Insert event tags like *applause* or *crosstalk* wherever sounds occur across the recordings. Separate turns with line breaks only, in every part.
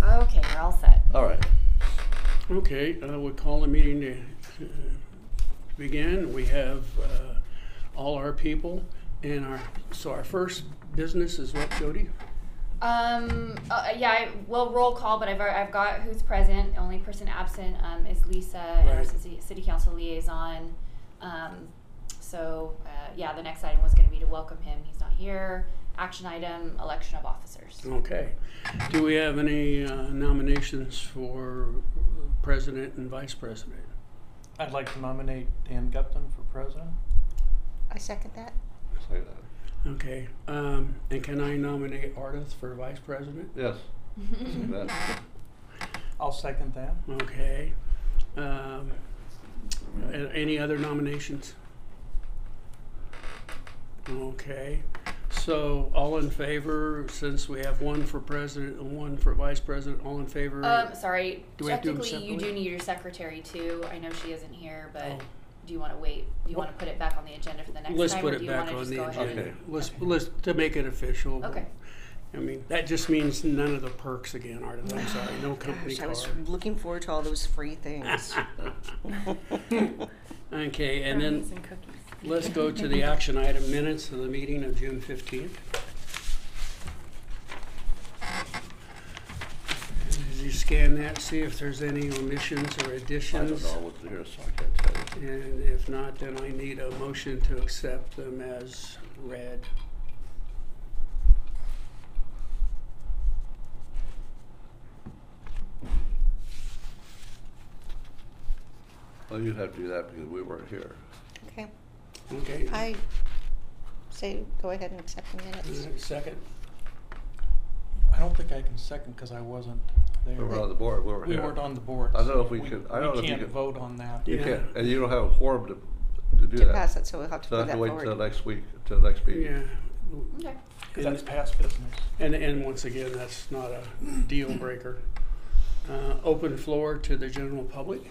you're all set.
All right.
Okay, uh, we're calling the meeting to uh, begin. We have uh, all our people and our, so our first business is what, Jody?
Um, uh, yeah, I, well, roll call, but I've, al- I've got who's present. The only person absent um, is Lisa, our
Right.
city, city council liaison. Um, so, uh, yeah, the next item was going to be to welcome him. He's not here. Action item election of officers.
Okay. Do we have any uh, nominations for president and vice president?
I'd like to nominate Dan Gupton for president.
I second that.
Say that.
Okay, um, and can I nominate Artis for vice president?
Yes. Say
*laughs*
that.
I'll second that.
Okay. Um, a- Any other nominations? Okay, so all in favor, since we have one for president and one for vice president, all in favor?
Um, sorry,
Do we have to do them
technically you do
separately?
need your secretary too. I know she isn't here, but
Oh.
do you want to wait? Do you
Wha-
want to put it back on the agenda for the next
Let's
time,
put
or do
it
you
back
want to
on
just
the
go ahead?
agenda.
and-
Let's,
okay.
let's, to make it official.
Okay.
I mean, that just means none of the perks again, Artis, I'm sorry,
*sighs*
no company
Gosh, I
card.
was looking forward to all those
*laughs*
free things.
Okay, and then
Brownies and cookies.
Let's go to the action item minutes of the meeting of June fifteenth. Did you scan that, see if there's any omissions or
I don't
additions?
know what's here, so I can't tell you.
And if not, then I need a motion to accept them as read.
Well, you have to do that because we weren't here.
Okay,
Okay?
I say go ahead and accept the minutes.
Is there a Second?
I don't think I can second because I wasn't there.
We were on the board, we weren't
We
here.
weren't on the board.
I don't know
so
if we could- I
we
don't know if we
can't
could-
vote on that.
You
Yeah.
can't, and you don't have a quorum to, to do
To
that.
pass it, so we'll have to
So I
put
have
that
to wait till
forward.
next week, till next
Yeah.
meeting.
Okay.
Because that's past business.
*laughs*
And, and once again, that's not a deal breaker. Uh, open floor to the general public?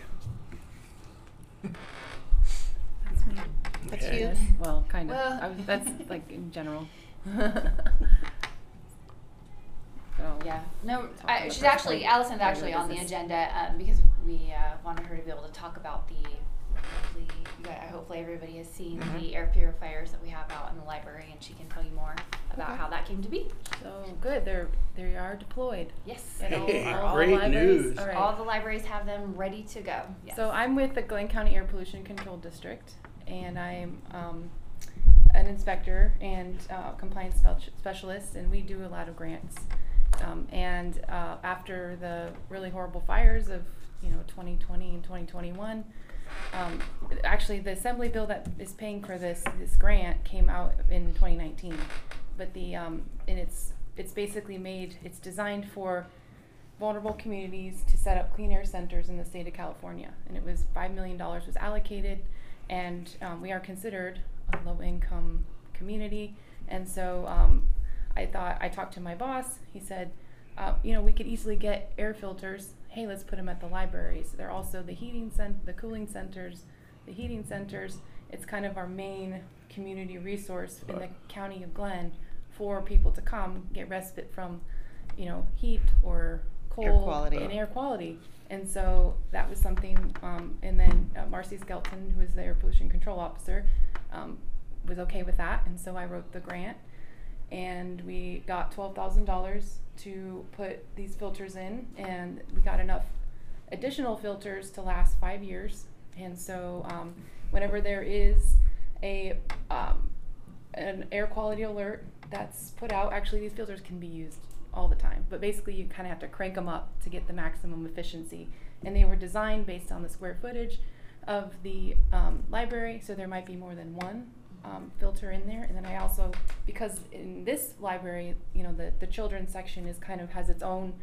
That's
Okay.
you.
Well, kind of.
Well.
I
*laughs*
was- that's like in general. so
Oh, Yeah, no,
Talk
I,
about
she's
that
actually,
point.
Alison's
Regular
actually on the
business.
agenda, um, because we, uh, wanted her to be able to talk about the, hopefully, you guys- hopefully everybody has seen
Mm-hmm.
the air purifiers that we have out in the library, and she can tell you more about
Okay.
how that came to be.
So good. They're they are deployed.
Yes,
*laughs*
at all-
Hey,
are all
great
libraries-
news.
all right.
all the libraries have them ready to go, yes.
So I'm with the Glen County Air Pollution Control District, and I'm um, an inspector and uh, compliance spel- specialist, and we do a lot of grants. Um, and uh, after the really horrible fires of you know 2020 and 2021, um, actually the assembly bill that is paying for this this grant came out in 2019, but the um, and it's it's basically made it's designed for vulnerable communities to set up clean air centers in the state of California. And it was $5 million was allocated, and um, we are considered a low income community. And so um, I thought, I talked to my boss. He said, uh, you know, we could easily get air filters. Hey, let's put them at the libraries. They're also the heating cent- the cooling centers, the heating centers. It's kind of our main community resource in the
Right.
county of Glen for people to come get respite from you know, heat or cold
Air quality.
and air quality. And so that was something. Um, and then uh, Marcy Skelton, who is the air pollution control officer, um, was okay with that. And so I wrote the grant, and we got twelve thousand dollars to put these filters in, and we got enough additional filters to last five years. And so, um, whenever there is a um, an air quality alert that's put out, actually these filters can be used all the time. But basically, you kind of have to crank them up to get the maximum efficiency. And they were designed based on the square footage of the um, library, so there might be more than one um, filter in there. And then I also, because in this library, you know, the the children's section is kind of has its own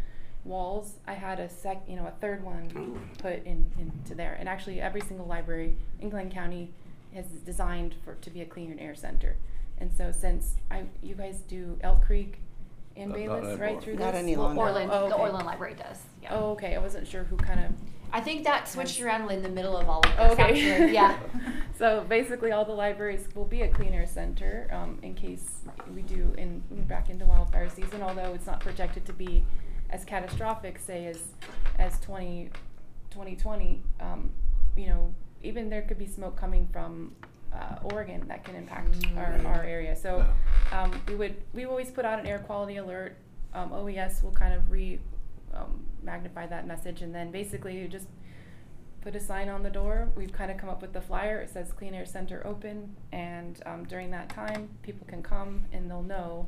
walls. I had a sec, you know, a third one
Oh.
put in into there. And actually, every single library in Glen County is designed for to be a clean air center. And so, since I, you guys do Elk Creek and
Not- not
Bayless
anymore.
right through
Not
this,
any
Well,
longer.
Orland,
Oh,
the
okay.
Orland Library does, yeah.
Oh, okay. I wasn't sure who kind of
I think that switched around in the middle of all of this,
Okay.
actually, *laughs*
*laughs*
yeah.
so basically, all the libraries will be a clean air center um, in case we do in we're back into wildfire season. Although it's not projected to be as catastrophic, say, as, as 20, 2020, um, you know, even there could be smoke coming from uh, Oregon that can impact our, our area. So um, we would we always put out an air quality alert. Um, OES will kind of re um, magnify that message, and then basically you just put a sign on the door. We've kind of come up with the flyer. It says Clean Air Center open, and um, during that time, people can come and they'll know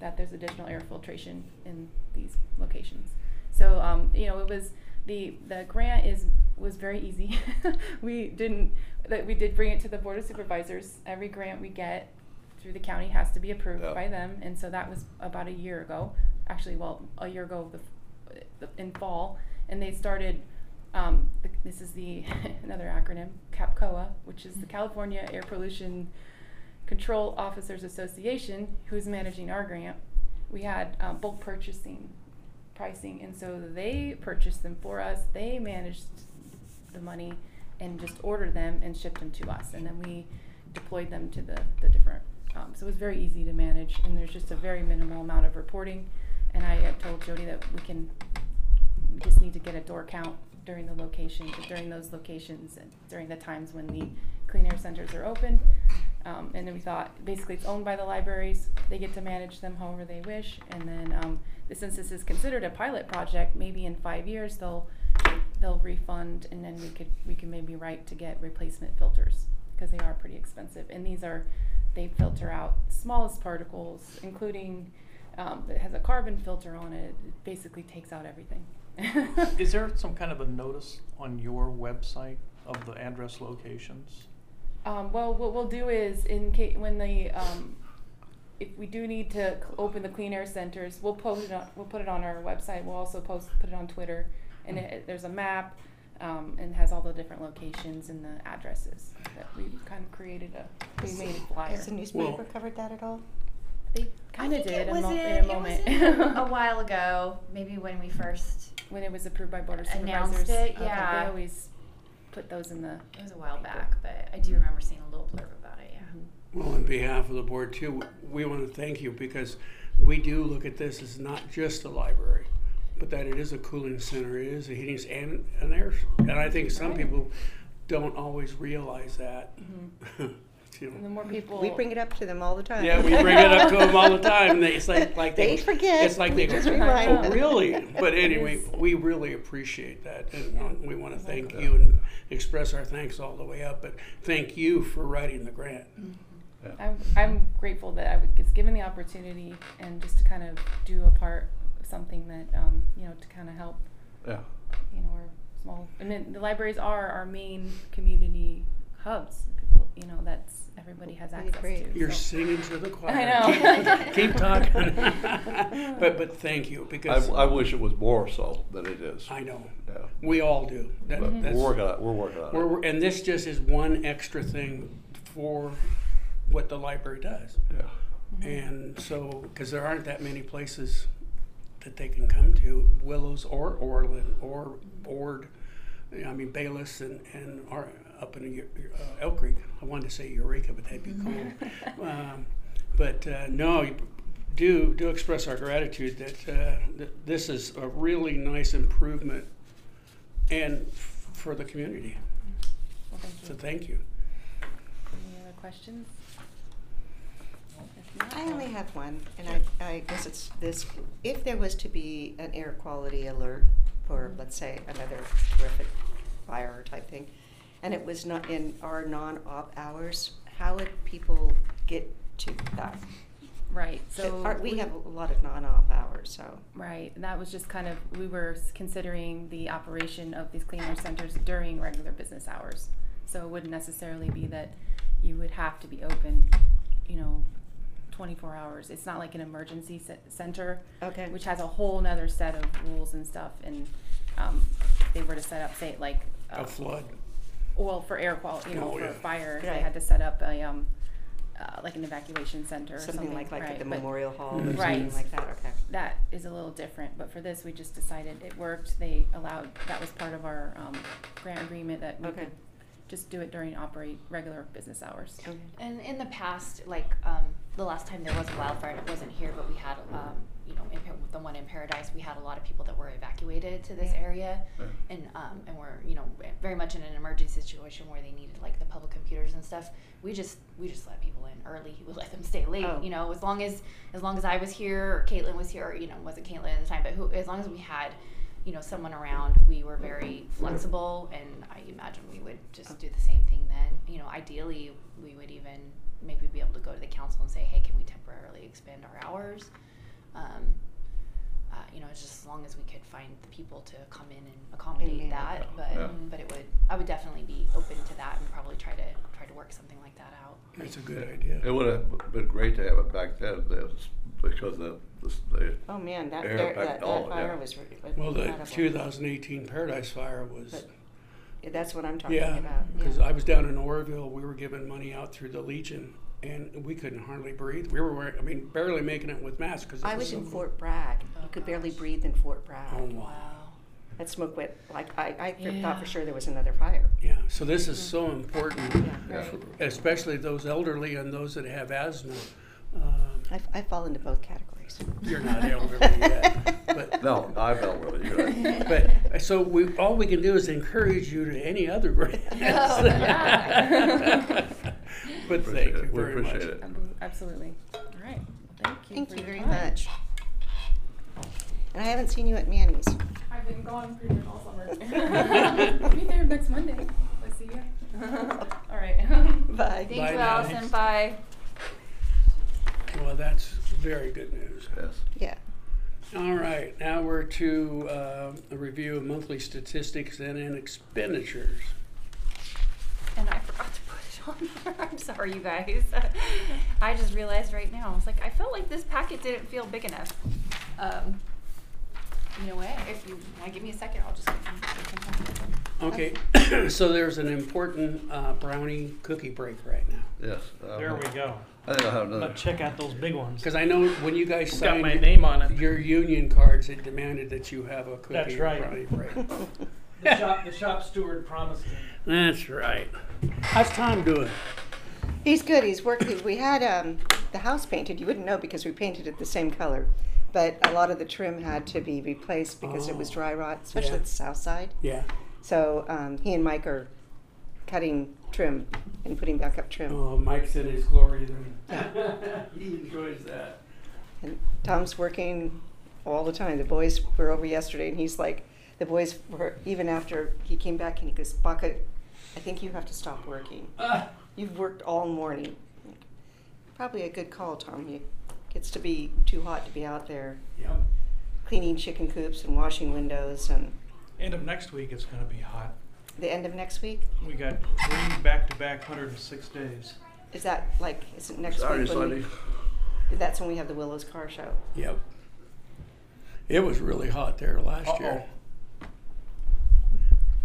that there's additional air filtration in these locations. So um, you know, it was the the grant is was very easy. *laughs* we didn't that we did bring it to the board of supervisors. Every grant we get through the county has to be approved
Yeah.
by them, and so that was about a year ago. Actually, well, a year ago the, f- the in fall, and they started. Um, th- this is the *laughs* another acronym CAPCOA, which is the California Air Pollution Control Officers Association, who's managing our grant. We had uh, bulk purchasing pricing, and so they purchased them for us. They managed the money and just ordered them and shipped them to us, and then we deployed them to the, the different. Um, so it was very easy to manage, and there's just a very minimal amount of reporting. And I had told Jody that we can we just need to get a door count during the location, during those locations, and during the times when the clean air centers are open. Um, and then we thought, basically, it's owned by the libraries. They get to manage them however they wish. And then, um, since this is considered a pilot project, maybe in five years they'll they'll refund, and then we could we can maybe write to get replacement filters because they are pretty expensive. And these are they filter out smallest particles, including um, it has a carbon filter on it. It basically takes out everything. *laughs*
Is there some kind of a notice on your website of the address locations?
Um, well, what we'll do is in case when the um, if we do need to c- open the clean air centers, we'll post it on, we'll put it on our website. We'll also post put it on Twitter, and
Hmm.
it, it- there's a map um, and has all the different locations and the addresses that we kind of created a we
Has-
made a flyer.
Has the newspaper
Well-
covered that at all?
They
I
kind of
think
did
it
a
was
mo-
in,
in a moment
It was in
*laughs*
a while ago, maybe when we first.
when it was approved by board of
Announced
supervisors.
it,
Okay,
yeah.
they always put those in the.
It was a while back, but I do remember seeing a little blurb about it. Yeah.
Well, on behalf of the board too, we want to thank you because we do look at this as not just a library, but that it is a cooling center, it is a heating s- and an air. s- And I think some people don't always realize that.
Mm-hmm.
*laughs* You
And the
know.
more people
We bring it up to them all the time.
Yeah, we bring it up to them all the time. and They, it's like, like
They
they,
forget.
It's like they
We
go,
just remind
oh,
them."
really?
*laughs*
But anyway,
is.
we really appreciate that, and uh, we
Oh
want to thank you and express our thanks all the way up. But thank you for writing the grant.
Mm-hmm.
I'm, I'm grateful that I was gets given the opportunity and just to kind of do a part of something that um, you know to kind of help
Yeah.
you know our small and then the libraries are our main community hubs. People, you know that's everybody has
We
access
agree.
to.
You're
so.
singing to the choir.
I know.
*laughs* Keep talking. but but thank you
I,
because
I wish it was more so than it is.
I know
Yeah.
we all do. That,
Mm-hmm.
But
that's,
We're working on it, we're working on it.
we're- we're- and this just is one extra thing for what the library does,
Yeah.
Mm-hmm.
and so because there aren't that many places that they can come to Willows or Orland or Ord. I mean Bayless and and our, up in Eu- uh, Elk Creek. I wanted to say Eureka, but that'd be
Mm-hmm. *laughs*
cool. *laughs* Um, but uh, no, you do do express our gratitude that uh, th- this is a really nice improvement and f- for the community.
Well, thank you.
So thank you.
Any other questions? If not,
I
I'll-
only have one, and I, I guess it's this, if there was to be an air quality alert for, let's say, another terrific fire type thing, and it was not in our non-op hours, how would people get to that?
right. So
Aren't- We have a lot of non-op hours, so.
Right, and that was just kind of, we were s- considering the operation of these clean air centers during regular business hours. So it wouldn't necessarily be that you would have to be open, you know, twenty-four hours. It's not like an emergency ce- center,
Okay.
which has a whole nother set of rules and stuff, and, um, if they were to set up, say, like. um,
A flood.
Well, for air quality, you know,
Oh,
for
yeah.
a fire, if they
Right.
had to set up a, um, uh, like an evacuation center or something,
Something like, like
right,
at the
but-
memorial hall or
Mhm.
something
Right.
like that, okay.
that is a little different, but for this, we just decided it worked. They allowed, that was part of our um, grant agreement that we
Okay.
could just do it during operate regular business hours.
Okay.
And in the past, like um, the last time there was a wildfire, and it wasn't here, but we had, um, you know, in, Pa- the one in Paradise, we had a lot of people that were evacuated to this
Yeah.
area,
Yeah.
and um, and were you know very much in an emergency situation where they needed like the public computers and stuff. We just we just let people in early. We let them stay late.
Oh.
You know, as long as as long as I was here or Caitlin was here, or, you know, wasn't Caitlin at the time, but who as long as we had. You know, someone around. We were very flexible, and I imagine we would just do the same thing then. You know, ideally, we would even maybe be able to go to the council and say, "Hey, can we temporarily expand our hours?" Um, uh, you know, just as long as we could find the people to come in and accommodate
manage
that.
it.
But
Yeah.
but it would I would definitely be open to that and probably try to try to work something like that out.
That's a good idea.
It would have been great to have it back then, that's because the, the,
Oh, man, that,
Air
fire-
effect,
that,
all
that
of
fire
that.
was re-
Well, the
incredible.
2018 Paradise Fire was,
But- Yeah, That's what I'm talking
yeah,
about,
because
yeah.
I was down in Oroville, we were giving money out through the Legion, and we couldn't hardly breathe. We were, wearing- I mean, barely making it with masks because it was
I was
so
in
cold.
Fort Bragg.
Oh,
You could barely
gosh.
breathe in Fort
Oh,
Bragg.
wow.
That smoke went, like, I, I th- thought
Yeah.
for sure there was another fire.
Yeah, so this is so important,
Mm-hmm. Yeah.
yeah.
Right.
especially those elderly and those that have asthma. Um,
I, f- I fall into both categories.
You're not elderly yet,
*laughs*
but-
No, I'm elderly, you're right.
But, so we, all we can do is encourage you to any other
*laughs*
grants.
Oh, yeah.
*laughs* *laughs* But
Appreciate
thank you
it. We
very much.
appreciate it.
Abso- Absolutely. All right. Well, thank you.
Thank
for
you
your
very
time.
much. And I haven't seen you
*laughs*
at Manny's.
I've been gone pretty much all *laughs* summer. Be there next Monday. I see you.
Oh.
all right. *laughs*
Bye.
Thank
Bye
you,
now.
Allison. Bye.
Well, that's very good news.
Yes.
Yeah. *laughs*
All right, now we're to uh, a review of monthly statistics and in expenditures.
And I forgot to put it on there. *laughs* I'm sorry, you guys. I just realized right now. I was like, I felt like this packet didn't feel big enough. Um, you know what? If you want to give me a second, I'll just.
Okay, *coughs* so there's an important uh, brownie cookie break right now.
Yes. um,
There we go.
I think I'll have another.
Let's check out those big ones.
Because I know when you guys
It's got
signed
my name on it.
your union cards, it demanded that you have a cookie
That's
and
right.
brownie break.
The shop, the shop steward promised him.
That's right. How's Tom doing?
He's good. He's working. We had um, the house painted. You wouldn't know because we painted it the same color. But a lot of the trim had to be replaced because it was
Oh.
dry rot, especially
Yeah.
at the south side.
Yeah.
So um, he and Mike are cutting trim and putting back up trim.
Oh, Mike's in his glory then. *laughs* he enjoys that.
And Tom's working all the time. The boys were over yesterday, and he's like, the boys were even after he came back, and he goes, Baka, I think you have to stop working.
Ah.
You've worked all morning. Probably a good call, Tom. You gets to be too hot to be out there
Yep.
cleaning chicken coops and washing windows. And
End of next week, it's gonna be hot.
the end of next week
We got three back-to-back hundred and six days.
is that like isn't next
Sorry,
week? when we-
Sonny.
that's when we have the Willows car show.
Yep. It was really hot there last year.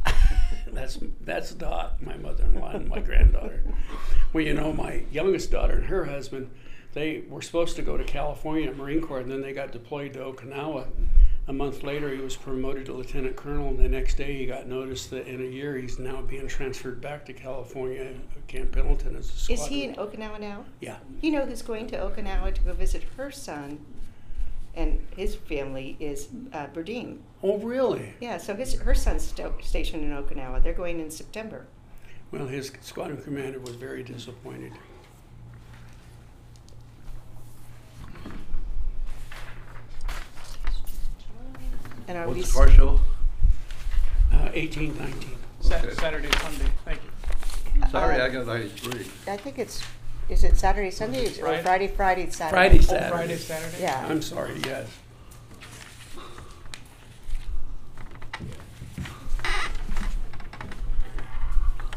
*laughs* that's that's the hot my mother-in-law and my granddaughter. Well, you know, my youngest daughter and her husband, they were supposed to go to California Marine Corps, and then they got deployed to Okinawa. A month later, he was promoted to lieutenant colonel, and the next day he got noticed that in a year he's now being transferred back to California, Camp Pendleton as a squadron.
Is he in Okinawa now?
Yeah.
You know who's going to Okinawa to go visit her son and his family is uh, Burdeen.
Oh, really?
Yeah, so his her son's sto- stationed in Okinawa. They're going in September.
Well, his squadron commander was very disappointed.
And are we
What's
s-
the partial?
Uh, 18, 19.
Sat-
Okay.
Saturday, Sunday, thank you.
Sorry,
uh,
I got ninety-three.
I think it's is it Saturday, Sunday,
It's
or
Friday.
Friday, Friday, Saturday.
Friday,
Oh,
Saturday.
Friday, Saturday?
Yeah.
I'm sorry, yes.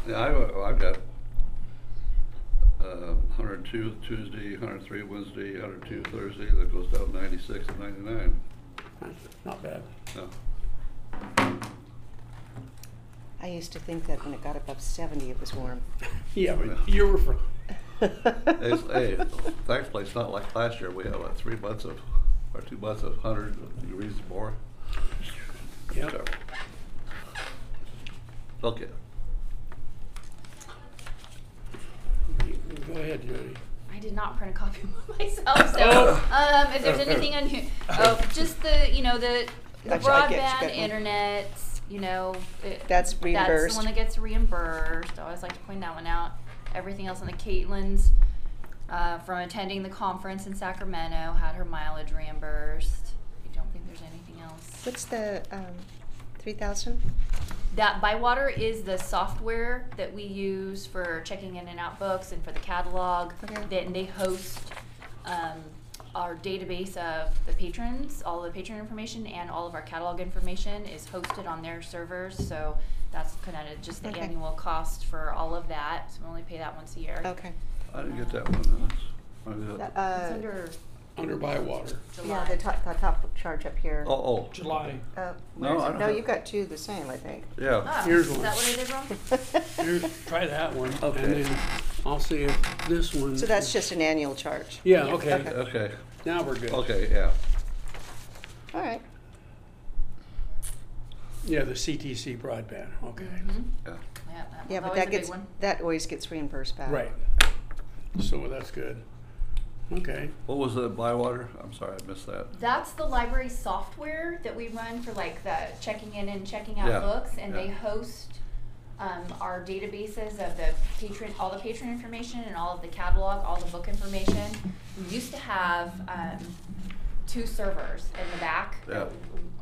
Yeah, I, I've got, uh, hundred and two Tuesday, hundred and three Wednesday, hundred and two Thursday, that goes down ninety-six and ninety-nine.
Not bad.
No.
I used to think that when it got above seventy, it was warm.
Yeah, but you were from,
It's,
*laughs*
hey, thankfully, it's not like last year, we had, what, three months of, or two months of hundred degrees or more.
Yep.
So- Okay,
go ahead, Jody.
I I did not print a copy of *laughs* myself. So, um, if there's anything on here, oh, just the you know the, the
Actually, I get-
broadband
get one.
internet. You know, it, That's
That's
the
reimbursed.
one that gets reimbursed. I always like to point that one out. Everything else on the Caitlin's uh, from attending the conference in Sacramento had her mileage reimbursed. I don't think there's anything else.
What's the, um, three thousand?
That Bywater is the software that we use for checking in and out books and for the catalog.
Okay.
Then they host um, our database of the patrons, all the patron information and all of our catalog information is hosted on their servers. So that's kind of just the
Okay.
annual cost for all of that. So we only pay that once a year.
Okay.
I didn't get that one. That's- I did.
It's
Uh,
under
Under Bywater.
July.
yeah, the top, the top chart up here.
Oh, oh.
July.
Uh,
No,
where's
I
it?
don't
No,
have-
you've got two the same, I think.
Yeah.
Oh,
Here's
is
one.
that what I
*laughs*
did wrong?
*laughs*
Here's, try that one,
Okay.
and then I'll see if this one.
So that's just an annual charge.
Yeah,
Yeah.
okay,
Okay,
now we're good.
okay, yeah.
All right.
Yeah, the CTC broadband, okay.
Mm-hmm.
Mhm.
Yeah.
Yeah, that was
Yeah, but
always
that
a big
gets,
one.
that always gets reimbursed back.
Right. So that's good. Okay.
What was the Bywater? I'm sorry, I missed that.
That's the library software that we run for like the checking in and checking out
Yeah,
books, and they
yeah.
host um, our databases of the patron, all the patron information, and all of the catalog, all the book information. We used to have um, two servers in the back.
Yeah.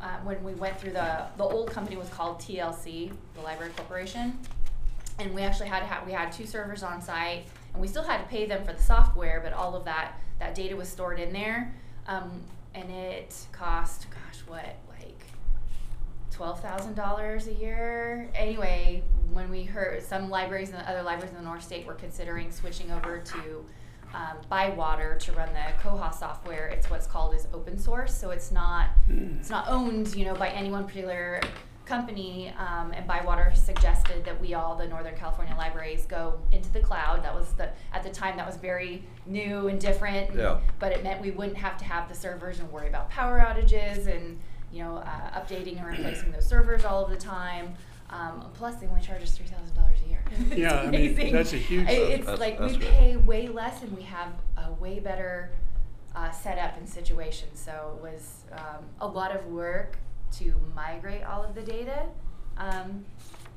Uh, when we went through the the old company was called TLC, the Library Corporation and we actually had, had we had two servers on site and we still had to pay them for the software but all of that that data was stored in there um, and it cost gosh what like $12,000 a year anyway when we heard some libraries and other libraries in the north state were considering switching over to um, bywater to run the koha software it's what's called is open source so it's not it's not owned, you know, by any one particular company. Um, and Bywater suggested that we all, the Northern California libraries, go into the cloud. That was the at the time that was very new and different. and-
Yeah.
But it meant we wouldn't have to have the servers and worry about power outages and you know uh, updating and replacing those servers all of the time. Um, plus, they only charge us three thousand dollars a year. *laughs* It's
Yeah, I mean,
amazing.
that's a huge-
I- It's
That's-
like
that's
we
great.
pay way less and we have a way better uh, set up and situation. So it was um, a lot of work to migrate all of the data um,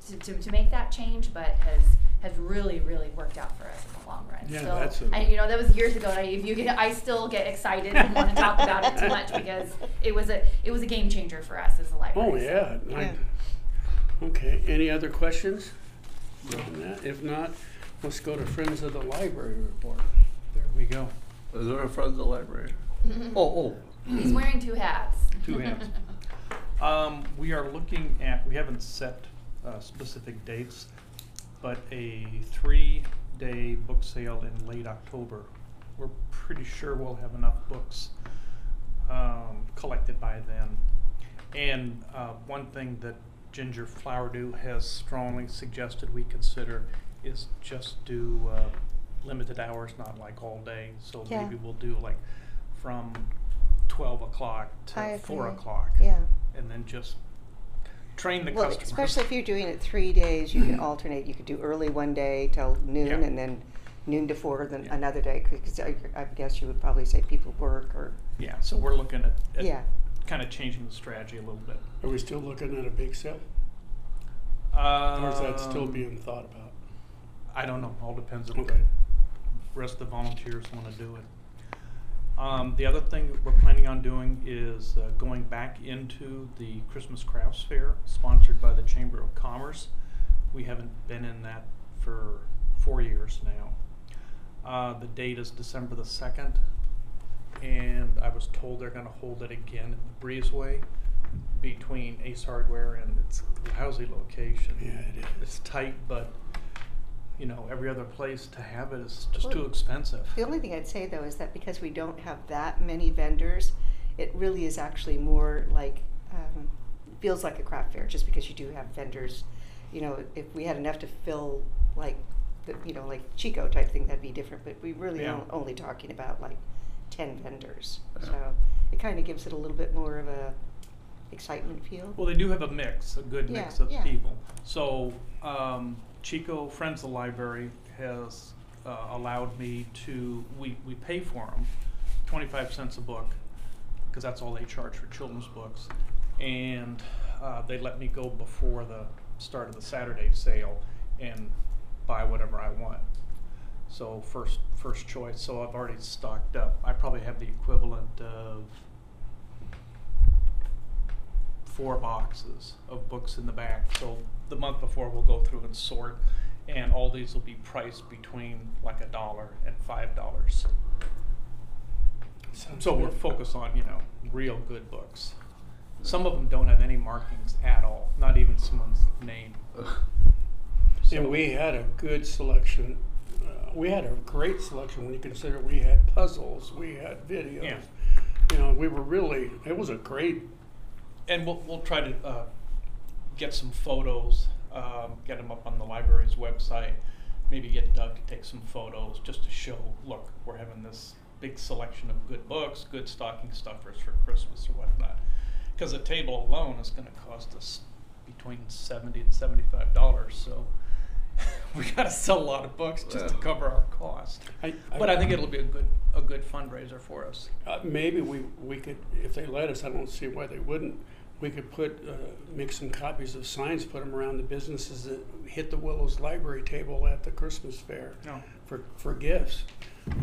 to, to, to make that change, but has has really really worked out for us in the long run.
Yeah,
so
that's a-
I- you know that was years ago. And I, if you can, I still get excited and want to talk about it too much because it was a it was a game changer for us as a library.
Oh,
so.
yeah. I-
Yeah.
Okay, any other questions? on that? If not, let's go to Friends of the Library report.
There we go.
Is there a Friends of the Library? Oh, oh,
He's wearing two hats.
Two hats. Um, we are looking at, we haven't set, uh, specific dates, but a three-day book sale in late October. We're pretty sure we'll have enough books, um, collected by then. And, uh, one thing that Ginger Flowerdew has strongly suggested we consider is just do, uh, limited hours, not like all day. So
Yeah.
maybe we'll do like from twelve o'clock
I
to four
agree.
o'clock
Yeah.
and then just train the
Well,
customers.
especially if you're doing it three days, you can alternate. You could do early one day till
Yeah.
noon and then noon to four, then
Yeah.
another day. Because I, I guess you would probably say people work or,
yeah, so we're looking at, at
yeah.
kind of changing the strategy a little bit.
Are we still looking at a big sale?
Um,
Or is that still being thought about?
I don't know. All depends on
Okay.
the rest of the volunteers want to do it. Um, the other thing that we're planning on doing is uh, going back into the Christmas Crafts Fair sponsored by the Chamber of Commerce. We haven't been in that for four years now. Uh, the date is December the 2nd, and I was told they're going to hold it again at the Breezeway between Ace Hardware and its lousy location.
Yeah, it
It's
is.
tight, but you know, every other place to have it is just too
Well,
expensive.
The only thing I'd say though is that because we don't have that many vendors, it really is actually more like, um, feels like a craft fair, just because you do have vendors. You know, if we had enough to fill like, the, you know, like Chico type thing, that'd be different, but we really
Yeah.
are only talking about like ten vendors.
Yeah.
So it kind of gives it a little bit more of a excitement feel.
Well, they do have a mix, a good mix
Yeah,
of
yeah.
people. So um, Chico Friends of the Library has uh, allowed me to, we, we pay for them, twenty-five cents a book, because that's all they charge for children's books. And uh, they let me go before the start of the Saturday sale and buy whatever I want. So first, first choice, so I've already stocked up. I probably have the equivalent of four boxes of books in the back. So the month before, we'll go through and sort, and all these will be priced between like a dollar and five dollars.
Sounds
So we're
good.
focused on you know real good books. Some of them don't have any markings at all, not even someone's name.
And we had a good selection. Uh, we had a great selection when you consider we had puzzles, we had videos.
Yeah.
You know, we were really, it was a great,
and we'll, we'll try to uh, get some photos, um, get them up on the library's website. Maybe get Doug to take some photos just to show, look, we're having this big selection of good books, good stocking stuffers for Christmas or whatnot. Because a table alone is going to cost us between seventy and seventy-five dollars, so *laughs* we got to sell a lot of books just to
Well.
cover our cost.
I- I-
but I think it'll be a good a good fundraiser for us.
uh, maybe we, we could, if they let us, I don't see why they wouldn't. We could put, uh, make some copies of signs, put them around the businesses that hit the Willows Library table at the Christmas fair
No.
for, for gifts.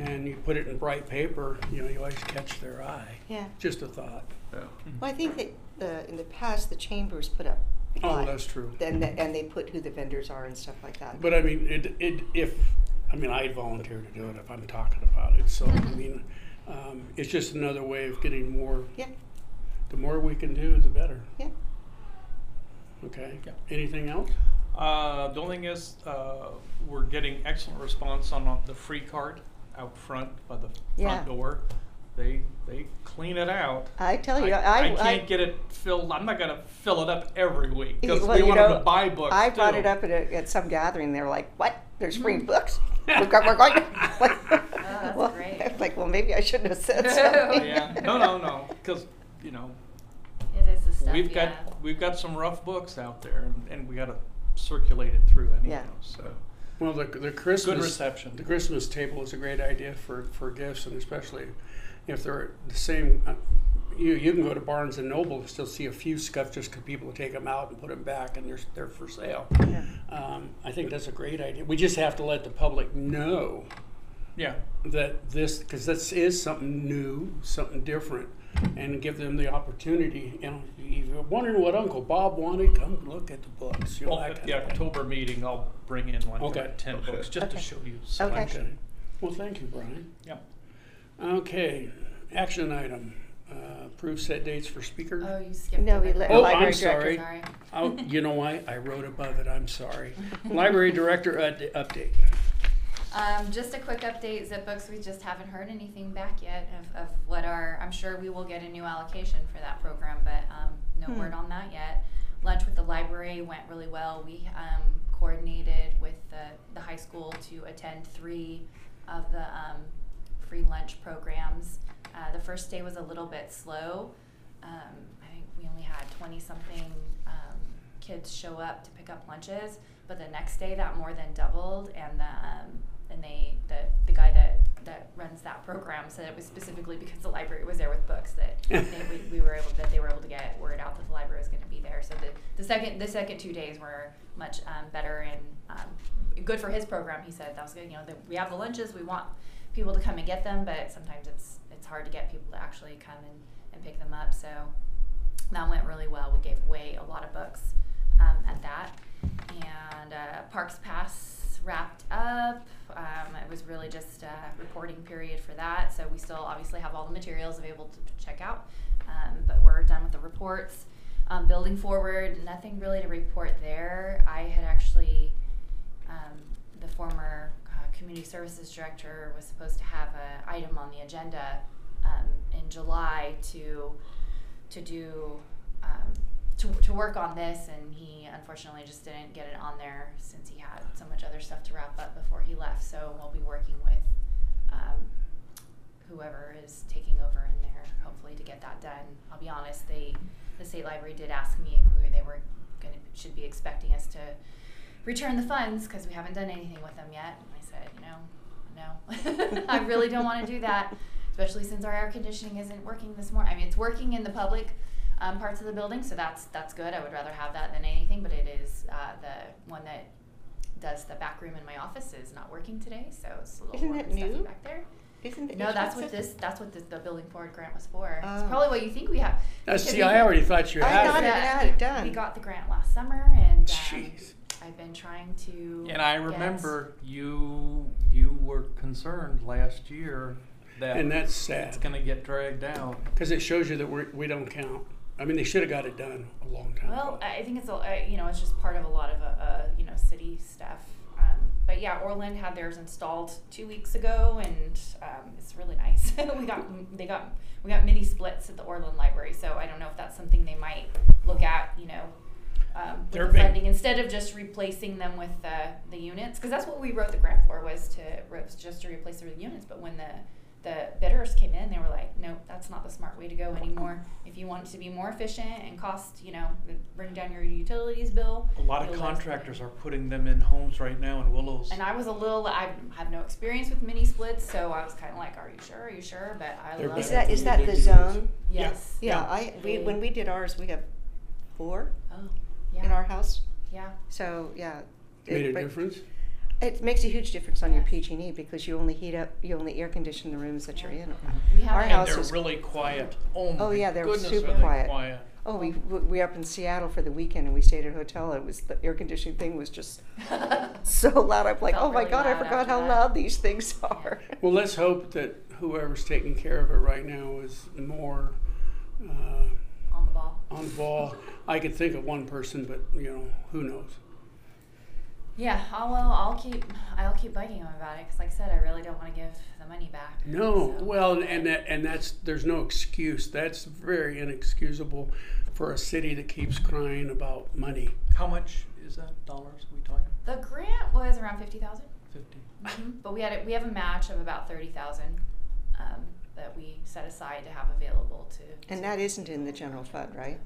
And you put it in bright paper, you know, you always catch their eye.
Yeah.
Just a thought.
Yeah.
Well, I think that the, in the past, the chambers put up. a
Oh,
lot.
that's true.
Then, the- and they put who the vendors are and stuff like that.
But I mean, it, it, if, I mean, I'd volunteer to do it if I'm talking about it, so, I mean, um, it's just another way of getting more,
Yeah,
the more we can do, the better,
yeah.
okay?
Yeah.
Anything else?
Uh, the only thing is, uh, we're getting excellent response on uh, the free card out front by the
Yeah.
front door. They they clean it out.
I tell you,
I,
I.
can't get it filled. I'm not gonna fill it up every week because
Well,
we
you
want 'em
know,
to buy books.
I brought
too. Mm.
it up at, a, at some gathering. They were like, "What? There's
*laughs*
free books? We're go- we're going." What?
Oh,
that's
*laughs* well,
great.
I'm like, well, maybe I shouldn't
*laughs*
have said something.
Oh,
*laughs*
Yeah, no, no, no, because you know
*laughs* It is the stuff.
we've
yeah.
got we've got some rough books out there, and, and we gotta circulate it through anyhow.
Yeah.
So
Well, the, the Christmas.
reception.
The Christmas table is a great idea for, for gifts, and especially if they're the same, uh, you, you can go to Barnes and Noble and still see a few scuffed just 'cause people take them out and put them back, and they're, they're for sale.
Yeah.
Um, I think that's a great idea. We just have to let the public know
yeah,
that this because this is something new, something different, and give them the opportunity. You know, if you're wondering what Uncle Bob wanted, come look at the books. You know,
well,
that
at
kind
the
of thing.
October meeting, I'll bring in like
Okay.
about ten
Okay.
books just to
Okay.
show you selection.
Okay. Well, thank you, Brian.
Yep.
Okay, action item: uh, approve set dates for speakers.
Oh, you skipped.
No,
over
we
the-
let-
Oh,
Library
I'm
director,
sorry.
Sorry.
Oh, you know why? I wrote above it. I'm sorry. Library director uh, update.
Um, just a quick update, ZipBooks, we just haven't heard anything back yet of, of what our, I'm sure we will get a new allocation for that program, but, um, no
Hmm.
word on that yet. Lunch with the library went really well. We, um, coordinated with the, the high school to attend three of the, um, free lunch programs. Uh, the first day was a little bit slow. Um, I think we only had twenty-something, um, kids show up to pick up lunches, but the next day that more than doubled, and the um, and they the the guy that that runs that program said it was specifically because the library was there with books that they, we, we were able that they were able to get word out that the library was going to be there. So the, the second the second two days were much um, better and um, good for his program. He said that was good. You know, that we have the lunches, we want people to come and get them, but sometimes it's it's hard to get people to actually come and, and pick them up. So that went really well. We gave away a lot of books um, at that. And uh, Parks Pass wrapped up. Um, it was really just a reporting period for that. So we still obviously have all the materials available to check out, um, but we're done with the reports. Um, building forward, nothing really to report there. I had actually um, the former uh, community services director was supposed to have an item on the agenda um, in July to to do um, to, to work on this, and he unfortunately just didn't get it on there since he had so much other stuff to wrap up before he left. So we'll be working with um, whoever is taking over in there, hopefully to get that done. I'll be honest, they the state library did ask me if we were, they were going to should be expecting us to return the funds because we haven't done anything with them yet. And I said, you know, no. *laughs* I really don't want to do that, especially since our air conditioning isn't working this morning. I mean, it's working in the public um, parts of the building, so that's that's good. I would rather have that than anything, but it is uh, the one that does the back room in my office is not working today, so it's a little
Isn't
warm
it
and stuffy
new?
back there.
Isn't it
No, that's what
expensive?
this that's what the, the building forward grant was for.
Oh.
It's probably what you think we have.
Now,
because
Uh, see,
we-
I already thought you
I
had
thought
it.
it
Yeah,
had it done.
We got the grant last summer, and um,
Jeez.
I've been trying to.
And I
get-
remember you, you were concerned last year that.
And that's
It's
sad
gonna get dragged down.
because it shows you that we're, we don't count. I mean, they should have got it done a long time ago.
Well, I I think it's a I- you know it's just part of a lot of a, a you know city stuff. Um, but yeah, Orland had theirs installed two weeks ago, and um, it's really nice. *laughs* we got they got we got mini splits at the Orland Library, so I don't know if that's something they might look at. You know. Um, with
They're
the
big.
funding instead of just replacing them with the, the units because that's what we wrote the grant for was to was just to replace the units but when the the bidders came in, they were like, no, that's not the smart way to go anymore. If you want it to be more efficient and cost, you know, bring down your utilities bill.
A lot of
you'll less-
contractors are putting them in homes right now in Willows.
And I was a little, I have no experience with mini splits, so I was kind of like, are you sure? Are you sure? But I
They're
love
Is
it.
that, is that the
Yeah.
zone?
yes.
Yeah, I, we, when we did ours, we have four
Oh,
in our
yeah.
house,
Yeah.
so, yeah. it-
Made a
but
difference.
It makes a huge difference on your
Yes.
PG&E E because you only heat up, you only air condition the rooms that you're in.
Mm-hmm.
We have
Our
it.
house
They're
is,
really quiet. Oh my
Oh, yeah, they're
goodness,
super
are they
quiet.
quiet.
oh, we, we we were up in Seattle for the weekend and we stayed at a hotel. It was, the air conditioning thing was just
*laughs*
so loud. I'm like,
Felt
oh my
really
God, I
loud
forgot
after
how
that.
loud these things are.
Well, let's hope that whoever's taking care of it right now is more uh,
On the ball.
on the ball. I could think of one person, but you know, who knows?
Yeah, I'll, well, I'll keep, I'll keep bugging him about it because, like I said, I really don't want to give the money back.
No,
so.
well, and that and that's there's no excuse. That's very inexcusable for a city that keeps crying about money.
How much is that dollars we talking?
The grant was around fifty thousand.
*laughs*
Fifty?
Mhm. But we had a, we have a match of about thirty thousand um, that we set aside to have available to.
And that isn't in the general fund, right?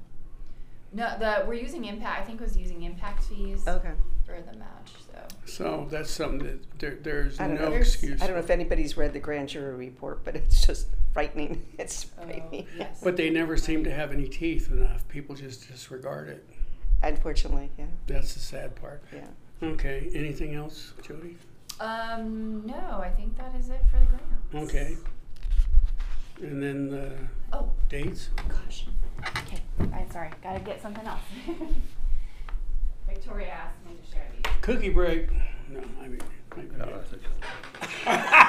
no, the we're using impact. I think it was using impact fees
Okay.
for the match. So
So that's something that there, there's
I
no
don't know.
There's-
excuse.
I don't know if anybody's read the grand jury report, but it's just frightening. *laughs* It's
Oh,
frightening.
yes.
But they never seem to have any teeth enough. People just disregard it.
Unfortunately, yeah,
That's the sad part.
yeah.
Okay. Anything else, Jody?
um, no, I think that is it for the grant.
Okay. And then the
Oh
dates.
gosh. Okay. I'm sorry. Gotta get something else. *laughs* Victoria asked me to share these.
Cookie break. No, I mean. I mean-
Yeah, I think-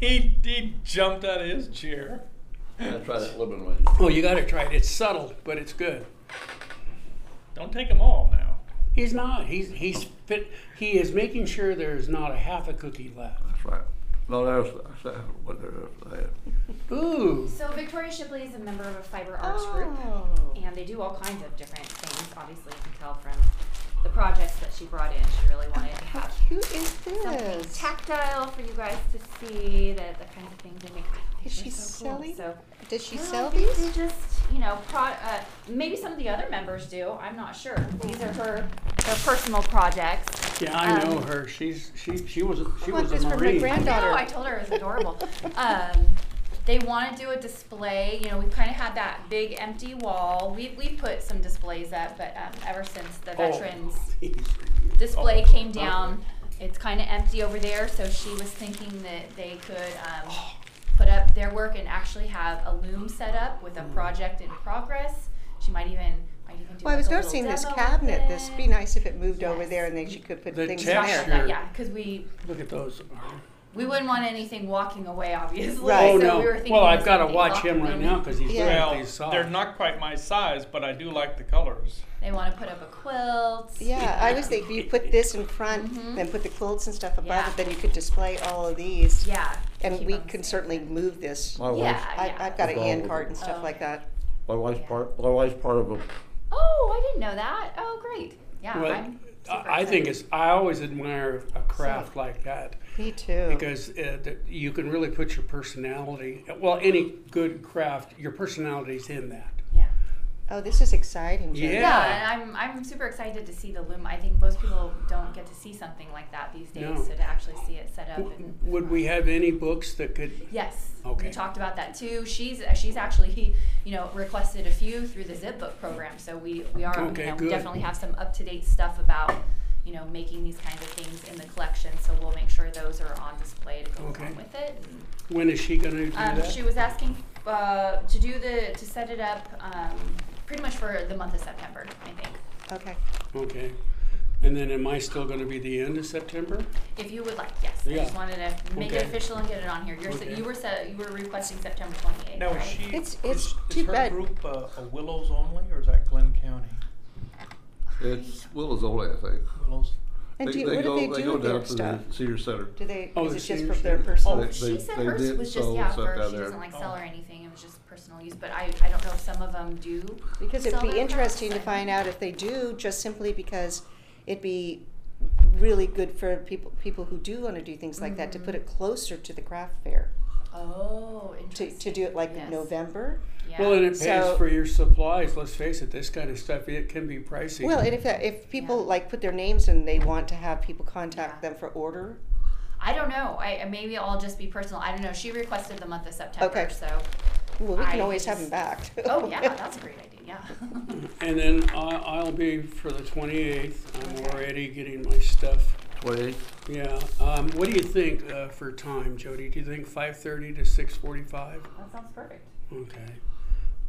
he, he jumped out of his chair.
I try that Lebanon one.
Oh, you got to try it. It's subtle, but it's good.
Don't take them all now.
He's not. He's he's fit. He is making sure there's not a half a cookie left.
That's right. No, there's, I said, what there's,
Ooh.
So Victoria Shipley is a member of a fiber
Oh.
arts group. and they do all kinds of different things. Obviously, you can tell from the projects that she brought in. She really wanted to
How
have
cute is
something
this?
tactile for you guys to see the, the kinds of things they make. I think
Is
they're
she
so cool.
selling?
So
Does she
no, I
sell
think
these?
They just you know, pro- uh, maybe some of the other members do. I'm not sure. These are her her personal projects.
Yeah, I know
Um,
her. She's she she was a, she
I want
was a
this for my
marine.
granddaughter.
No, I told her it was
*laughs*
adorable. um, they want to do a display. You know, we've kind of had that big empty wall. We we put some displays up, but um, ever since the
Oh. *laughs*
veterans display came down. It's kind of empty over there, so she was thinking that they could um,
Oh.
put up their work and actually have a loom set up with a
Hmm.
project in progress. She might even might even do.
Well, I was
like, a little
noticing this
demo
cabinet.
with
This
it.
be nice if it moved over
Yes.
there and then she could put
The
things
Talk about
there.
texture.
that, yeah, because we
Look at those.
we wouldn't want anything walking away, obviously.
Right.
Oh
So
no.
we were thinking
well,
of
I've got to
something
watch him
walking
right
around.
now because he's
Yeah.
looking at
Well,
these soft.
they're not quite my size, but I do like the colors.
They want to put up a quilt.
Yeah, I was thinking you put this in front,
Mhm.
then put the quilts and stuff above
Yeah.
it, then you could display all of these.
Yeah.
And
keep
we
them
can
safe.
certainly move this.
My wife's,
Yeah,
I,
yeah. Oh.
I've got a
It's all
hand
over.
cart and stuff like
Okay.
that.
my wife's
Yeah.
part, my wife's part of a
Oh, I didn't know that. Oh, great. Yeah,
Well,
I'm. super
I I think
excited.
it's. I always admire a craft like that.
Me too.
because uh, th- you can really put your personality well any good craft your personality's in that
Yeah.
Oh, this is exciting. Joe.
Yeah.
Yeah, and I'm, I'm super excited to see the loom. I think most people don't get to see something like that these days,
No.
so to actually see it set up.
W-
And,
Would we have any books that could?
Yes.
Okay.
We talked about that too. She's uh, she's actually *laughs* you know requested a few through the Zip Book program, so we we are
Okay,
you know, we
good.
definitely have some up to date stuff about you know making these kinds of things in the collection. So we'll make sure those are on display to go
Okay.
along with it. And,
When is she gonna do
um,
that?
she was asking uh, to do the to set it up um, pretty much for the month of September, I think.
Okay.
Okay. And then am I still gonna be the end of September?
If you would like, yes. I
Yeah.
just wanted to make it
Okay.
official and get it on here. You're, se-
Okay.
You were set, you were requesting September 28th.
Now,
right?
is she,
It's-
is,
it's too
is her
bad.
group uh, a Willows only, or is that Glen County?
It's Willow's only, I think.
Willows?
And do
They-
you,
they
what
go-
do they do
go
with their
down to the
stuff?
Senior Center.
Do they,
Oh,
is
the
it just
senior
for their
center.
personal?
They-
Oh, she
they-
said
they
hers
did
was just,
sell
yeah,
stuff
for,
down
she
there.
doesn't like sell
Oh.
or anything, it was just personal use, but I, I don't know if some of them do.
Because
sell
it'd be
their crafts,
interesting to
but-
find out if they do, just simply because it'd be really good for people, people who do wanna do things like that, to put
Mhm.
it closer to the craft fair.
Oh,
To,
interesting.
to do it like
Yes.
November.
Well, and
Yeah,
it pays
So-
for your supplies, let's face it, this kind of stuff, it can be pricey.
Well, and if, that- if people
Yeah.
like put their names and they want to have people contact
Yeah.
them for order,
I don't know, I, maybe I'll just be personal, I don't know, she requested the month of September,
Okay.
so,
well, we can
I
always have them
just-
back.
*laughs* oh,
*laughs*
yeah, that's a great idea, yeah. *laughs* Mm-hmm.
And then I, I'll be for the twenty-eighth, I'm
Okay.
already getting my stuff.
Twenty-eight?
Yeah, um, what do you think, uh, for time, Jody? Do you think five-thirty to six-forty-five?
That sounds perfect.
Okay.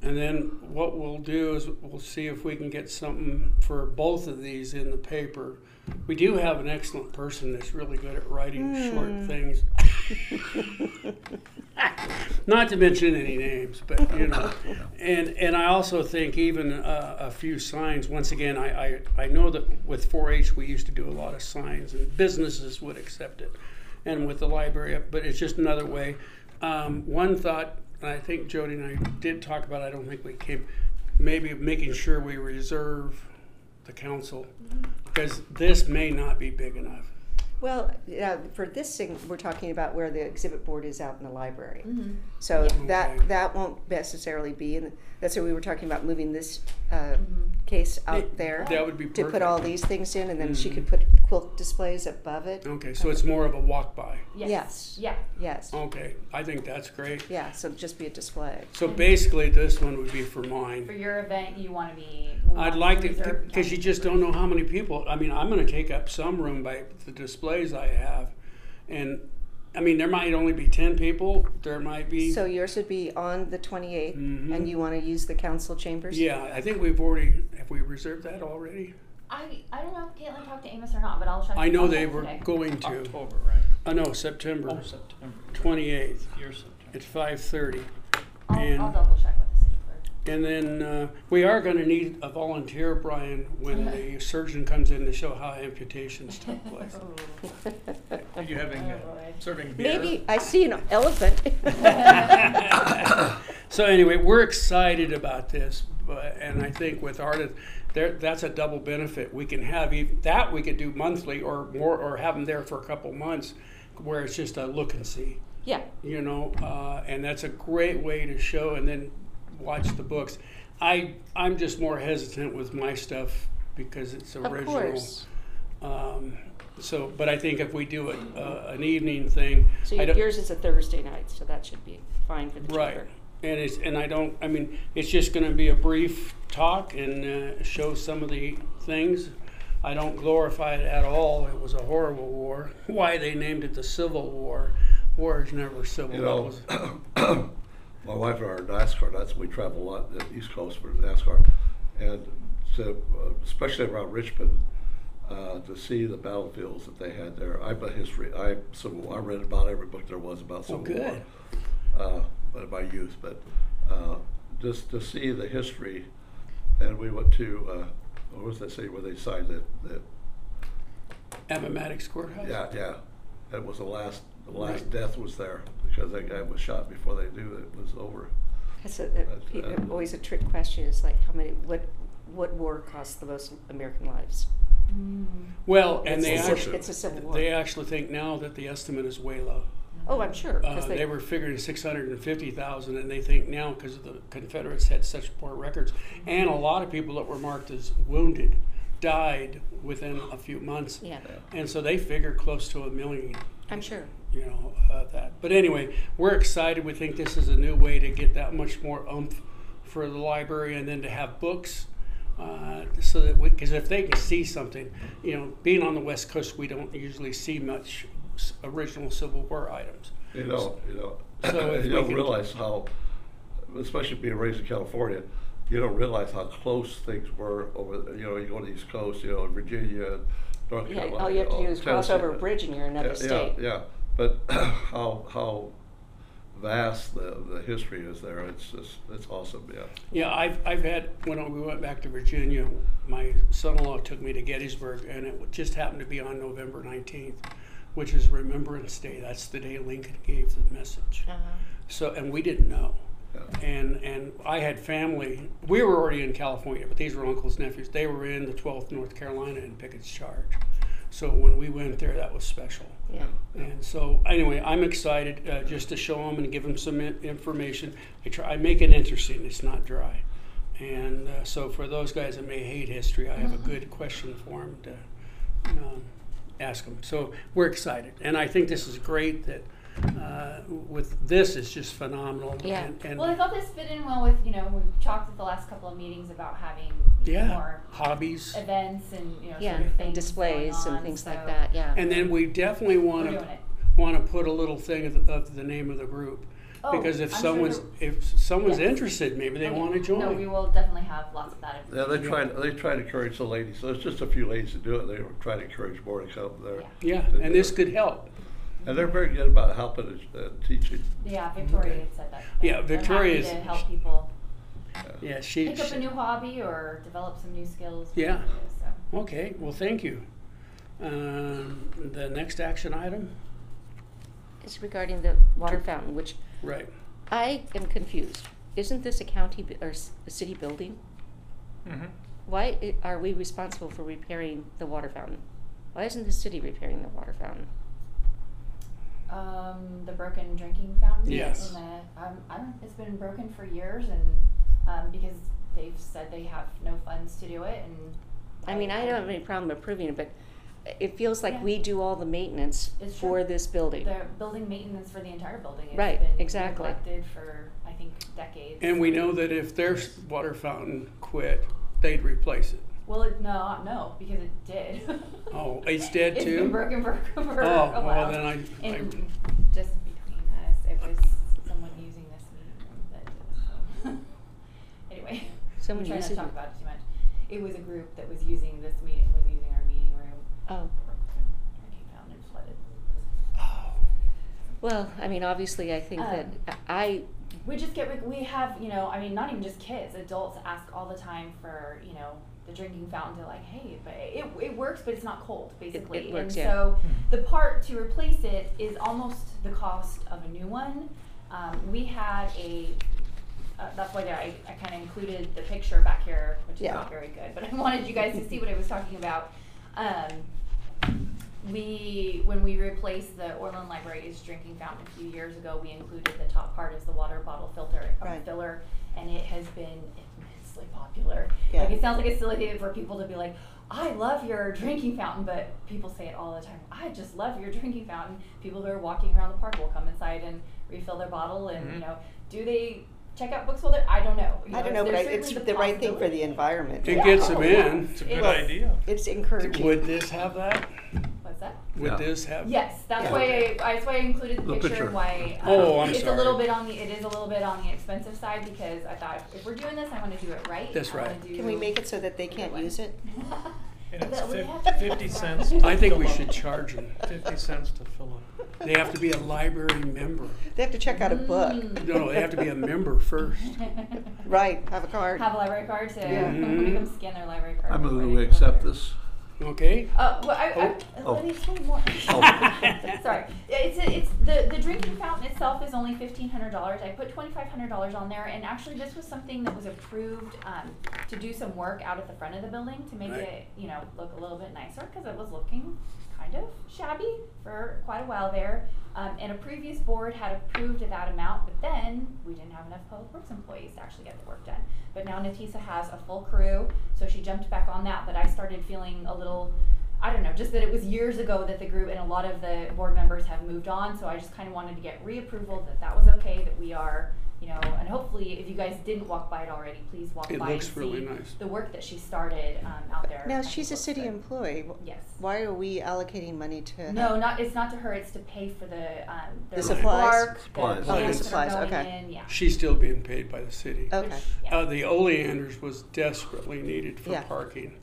And then what we'll do is we'll see if we can get something for both of these in the paper. We do have an excellent person that's really good at writing short things. Not to mention any names, but you know. And and I also think even uh, a few signs. Once again, I, I I know that with 4-H we used to do a lot of signs, and businesses would accept it, and with the library. But it's just another way. Um, one thought, and I think Jody and I did talk about. I don't think we came. Maybe making sure we reserve the council
Mm-hmm.
because this may not be big enough.
Well, yeah, for this thing, we're talking about where the exhibit board is out in the library.
Mhm.
So
Okay.
that, that won't necessarily be, in that's what we were talking about, moving this, uh,
Mhm.
case out
It-
there.
that would be
To put all
perfect.
these things in, and then she
Mhm.
could put quilt displays above it.
Okay, so it's more of a walk by.
Yes,
Yes.
yeah,
Yes,
Okay, I think that's great.
yeah, so just be a display.
So basically, this one would be for mine.
for your event, you wanna be.
I'd like it because you just don't know how many people. I mean, I'm going to take up some room by the displays I have, and I mean there might only be ten people. There might be.
So yours would be on the twenty-eighth,
Mhm.
and you wanna use the council chambers?
yeah, I think we've already have we reserved that already.
I, I don't know if Caitlin talked to Amos or not, but I'll check.
I
with
know
them
they were
today.
going to.
October, right?
Oh no,
Oh,
September
September.
twenty eighth
Year September.
at five thirty,
I'll, I'll
and-
double check with the city clerk.
and then uh, we are going to need a volunteer, Brian, when the surgeon comes in to show how amputations took place.
Are you having, uh,
Oh, boy.
serving beer?
Maybe, I see an elephant.
*laughs* So anyway, we're excited about this, but, and I think with artists, there, that's a double benefit. We can have, ev- that we could do monthly or more, or have them there for a couple months where it's just a look and see,
Yeah,
you know, uh, and that's a great way to show and then watch the books. I, I'm just more hesitant with my stuff because it's
of
original.
course.
Um, so, but I think if we do it, uh, an evening thing.
So
I don't-
yours is a Thursday night, so that should be fine for the
Right.
chamber.
And it's, and I don't, I mean, it's just gonna be a brief talk and uh, show some of the things. I don't glorify it at all. It was a horrible war. *laughs* Why they named it the Civil War. War is never civil.
You
That
know,
was-
*coughs* my wife and I are NASCAR, that's, we travel a lot, the East Coast for NASCAR. And so, uh, especially around Richmond, uh, to see the battlefields that they had there. I'm a history, I, Civil, I read about every book there was about
Oh,
Civil War.
good.
uh, in my youth, but uh, just to see the history. And we went to, uh, what was that city where they signed that, that
Appomattox Courthouse?
yeah, yeah. That was the last, the last
Right.
death was there because that guy was shot before they knew it was over.
That's a, a-
But,
pe-
uh,
always a trick question is like how many what what war cost the most American lives?
Well, and
it's
they
a, civ-
actually-
it's a civil war.
They actually think now that the estimate is way low.
Oh,
Oh, I'm sure. 'cause
Uh, they were figuring six hundred and fifty thousand, and they think now because the Confederates had such poor records, and a lot of people that were marked as wounded died within a few months.
Yeah,
And so they figure close to a million,
I'm sure.
you know, uh, that. But anyway, we're excited. We think this is a new way to get that much more oomph for the library, and then to have books. Uh, so that because if they can see something, you know, being on the West Coast, we don't usually see much s- original Civil War items.
You know, you know, *coughs*
So if
you
we
don't
can-
realize how, especially being raised in California, you don't realize how close things were over. the- You know, you go to the East Coast, you know, Virginia, North
Yeah,
Carolina.
all you have to do is cross
Tennessee.
over a bridge and you're in another
yeah,
state.
Yeah, yeah, but *coughs* how how vast the the history is there. It's just it's awesome. Yeah.
Yeah, I've, I've had, when we went back to Virginia, my son-in-law took me to Gettysburg, and it just happened to be on November 19th, which is Remembrance Day. That's the day Lincoln gave the message.
Uh-huh.
So, and we didn't know.
Yeah.
And, and I had family, we were already in California, but these were uncles, nephews. They were in the 12th North Carolina in Pickett's Charge. So when we went there, that was special.
Yeah.
And so, anyway, I'm excited uh, just to show them and give them some in- information. I try, I make it interesting. It's not dry. And uh, so, for those guys that may hate history, I have a good question for them to um, ask them. So we're excited, and I think this is great. That uh, with this is just phenomenal.
Yeah.
And, and
Well, I thought this fit in well with you know we've talked at the last couple of meetings about having you know,
yeah,
more
hobbies.
events and you know
Yeah,
sort of
and
things
displays
going
and
on,
things like
so
that, yeah.
And then we definitely
We're
want
doing
to
it.
want to put a little thing of the, of the name of the group.
Oh,
because if
I'm sure
someone's
there-
if someone's
Yes.
interested, maybe they
Okay.
want to join.
No, we will definitely have lots of that.
Yeah, they
Yeah.
tried. They tried to encourage the ladies. There's just a few ladies that do it. They were trying to encourage more to come there,
Yeah.
yeah,
to
and
do
this
it.
could help.
and they're very good about helping and uh, teaching.
Yeah, Victoria
Okay.
had said that.
Yeah,
They're happy
Victoria's-
to help people
Yeah, she.
pick up
she-
a new hobby or develop some new skills.
Yeah.
So.
okay, well, thank you. Um, the next action item,
It's regarding the water fountain, which
right?
I am confused. Isn't this a county bu- or s- a city building?
Mm-hmm.
Why i- are we responsible for repairing the water fountain? Why isn't the city repairing the water fountain?
Um, the broken drinking fountain.
Yes.
in the- um, I don't, it's been broken for years, and um, because they've said they have no funds to do it, and
I mean, I don't have any problem approving it, but it feels like
Yeah.
we do all the maintenance
It's true.
for this building.
The building maintenance for the entire building has
Right,
been
exactly.
neglected for I think decades.
And we know that if their s- water fountain quit, they'd replace it.
well, it, no, no, because it did.
Oh,
*laughs*
it's dead
It's
too?
been broken for, for a
Oh, well,
while.
then I- I-
And just between us, it was someone using this meeting room that did it. So. *laughs* anyway,
Someone
I'm trying
using
not to talk
it.
about it too much. It was a group that was using this meeting was using our meeting room.
Oh,
and Came down and flooded.
well, I mean, obviously, I think that
Um,
I,
We just get re- we have you know I mean not even just kids adults ask all the time for you know the drinking fountain they're like hey but it, it works but it's not cold basically
it
and
works, yeah.
so the part to replace it is almost the cost of a new one um, we had a uh, that's why I, I kind of included the picture back here which is
Yeah.
not very good but I wanted you guys to see what I was talking about um, we when we replaced the Orland Library's drinking fountain a few years ago, we included the top part as the water bottle filter uh,
Right.
filler, and it has been immensely popular.
Yeah.
Like it sounds like a silly thing for people to be like, "I love your drinking fountain," but people say it all the time. I just love your drinking fountain. People who are walking around the park will come inside and refill their bottle, and you know, do they check out books with it? I don't know. You
I don't
it's-
know, but I-
there's
it's
certainly
the right thing for the
possibility.
environment.
It
Yeah.
gets them in.
It's a good
Well,
idea.
It's encouraging.
Would this have that?
What's that?
Would
Yeah.
this have?
Yes, that's
Yeah.
why I, that's why I included the,
The
picture,
picture.
and why um,
Oh, I'm
it's
sorry.
a little bit on the it is a little bit on the expensive side because I thought if we're doing this, I want to do it right.
That's
I wanna
right.
do-
Can we
*laughs*
make it so that they can't use it?
And it's
That we
fif-
have to- *laughs*
50 cents.
I think we should charge them.
50 cents to fill up.
They have to be a library member.
They have to check out a book.
Mm.
No, they have to be a member first.
*laughs* Right, have a card.
Have a library card, so
Yeah.
*laughs* when we come scan their library card.
I move
before
Mm-hmm.
that
they come
we
up
accept
there.
this.
Okay?
Uh, well, I, I,
Oh.
let me say more.
Oh.
*laughs* Sorry, Yeah, it's it's the the drinking fountain itself is only fifteen hundred dollars. I put twenty five hundred dollars on there, and actually, this was something that was approved um, to do some work out at the front of the building to make
Right.
it you know look a little bit nicer because it was looking kind of shabby for quite a while there. Um, and a previous board had approved that amount, but then we didn't have enough public works employees to actually get the work done. But now Natisa has a full crew, so she jumped back on that. But I started feeling a little I don't know, just that it was years ago that the group and a lot of the board members have moved on. So I just kind of wanted to get reapproval that that was okay, that we are, you know, and hopefully if you guys didn't walk by it already, please walk
It
by
looks
and
really
see
nice.
the work that she started um, out there. I
Now,
think
she's a
looks
city
good.
employee. Wh-
Yes.
Why are we allocating money to?
No, not it's not to her. It's to pay for the um, their
The supplies?
bark,
Supplies.
the
Oh, the
plants that are
supplies,
going
okay.
in, yeah.
She's still being paid by the city.
Okay.
Yeah.
Uh, the oleanders was desperately needed for
Yeah.
parking.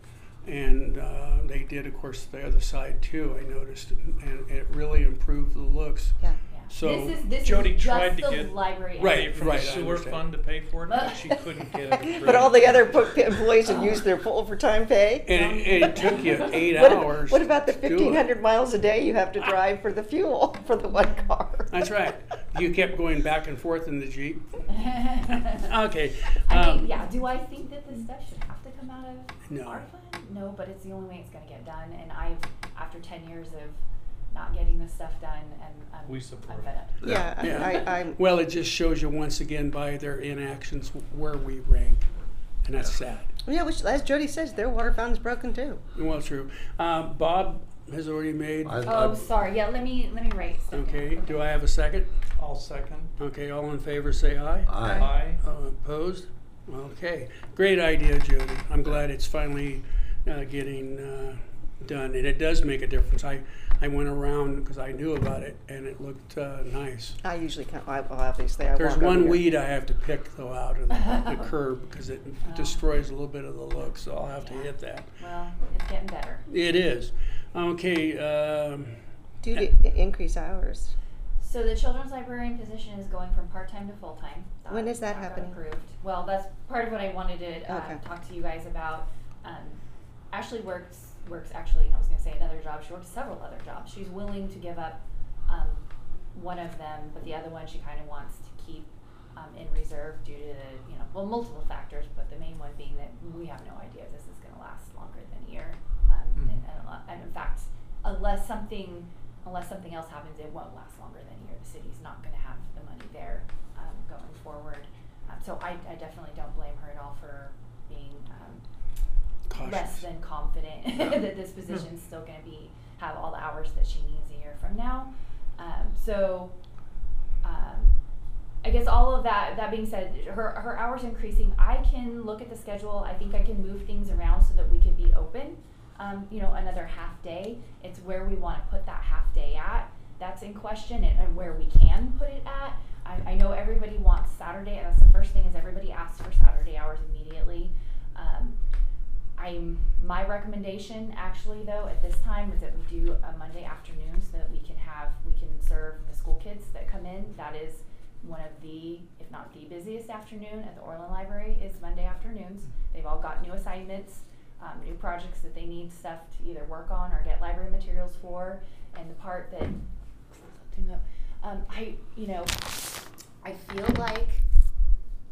And uh, they did, of course, the other side too, I noticed. And, and it really improved the looks.
Yeah.
yeah.
so
this is this
Jody
is just
tried to
the
get-
library.
Right, *laughs*
Money From
right, I
the sewer
understand.
fund to pay for it, but she couldn't
*laughs*
get it. approved.
But all the other po- employees have used their full overtime pay?
And it, and it took you
*laughs*
eight
What ab-
hours.
What about the
to do it.
fifteen hundred miles a day you have to drive for the fuel, *laughs* for the one car?
That's right. You kept going back and forth in the Jeep. Okay.
I
um,
mean, yeah. Do I think that this stuff should have to come out of
No.
our fund? No, but it's the only way it's going to get done. And I've, after ten years of not getting this stuff done, and I'm,
We support
I'm fed
it.
up.
*laughs* Yeah, I, I- I'm,
Well, it just shows you once again by their inactions where we rank, and that's sad.
yeah, which, as Jody says, their water fountain's broken too.
Well, true. Um, Bob has already made.
I-
Oh,
I-
sorry. Yeah, let me let me write. stuff down.
Uh, Okay, do I have a second?
I'll second.
Okay, all in favor, say aye.
I-
Aye.
Uh, Opposed? Okay, great idea, Jody. I'm glad it's finally uh, getting uh, done, and it does make a difference. I, I went around because I knew about it, and it looked uh, nice.
I usually come, I, well, obviously I walk
There's
over
one
here.
weed uh, I have to pick though out of the,
*laughs*
the curb because it destroys a little bit of the look, so I'll have to hit that.
Well, it's getting better.
It is. Okay, um,
Due to i- increase hours.
So the children's librarian position is going from part-time to full-time.
When is that
got
happening?
Approved. Well, that's part of what I wanted to uh,
Okay.
talk to you guys about. Um, Ashley works, works actually, I was gonna say another job, she works several other jobs. She's willing to give up, um, one of them, but the other one she kinda wants to keep, um, in reserve due to, the, you know, well, multiple factors, but the main one being that we have no idea if this is gonna last longer than a year. Um,
Mm.
and, and a lot- and in fact, unless something, unless something else happens, it won't last longer than a year. The city's not gonna have the money there, um, going forward. Um, so I, I definitely don't blame her at all for being, um, less
cautious.
than confident *laughs* that this position's still gonna be, have all the hours that she needs a year from now. Um, so, um, I guess all of that, that being said, her, her hours increasing, I can look at the schedule, I think I can move things around so that we could be open. Um, you know, another half day, it's where we wanna put that half day at, that's in question, and, and where we can put it at. I, I know everybody wants Saturday, and that's the first thing, is everybody asks for Saturday hours immediately. Um, I'm, my recommendation actually though, at this time, is that we do a Monday afternoon so that we can have, we can serve the school kids that come in. That is one of the, if not the busiest afternoon at the Orland Library is Monday afternoons. They've all got new assignments, um, new projects that they need stuff to either work on or get library materials for. And the part that, something up, um, I, you know, I feel like *laughs*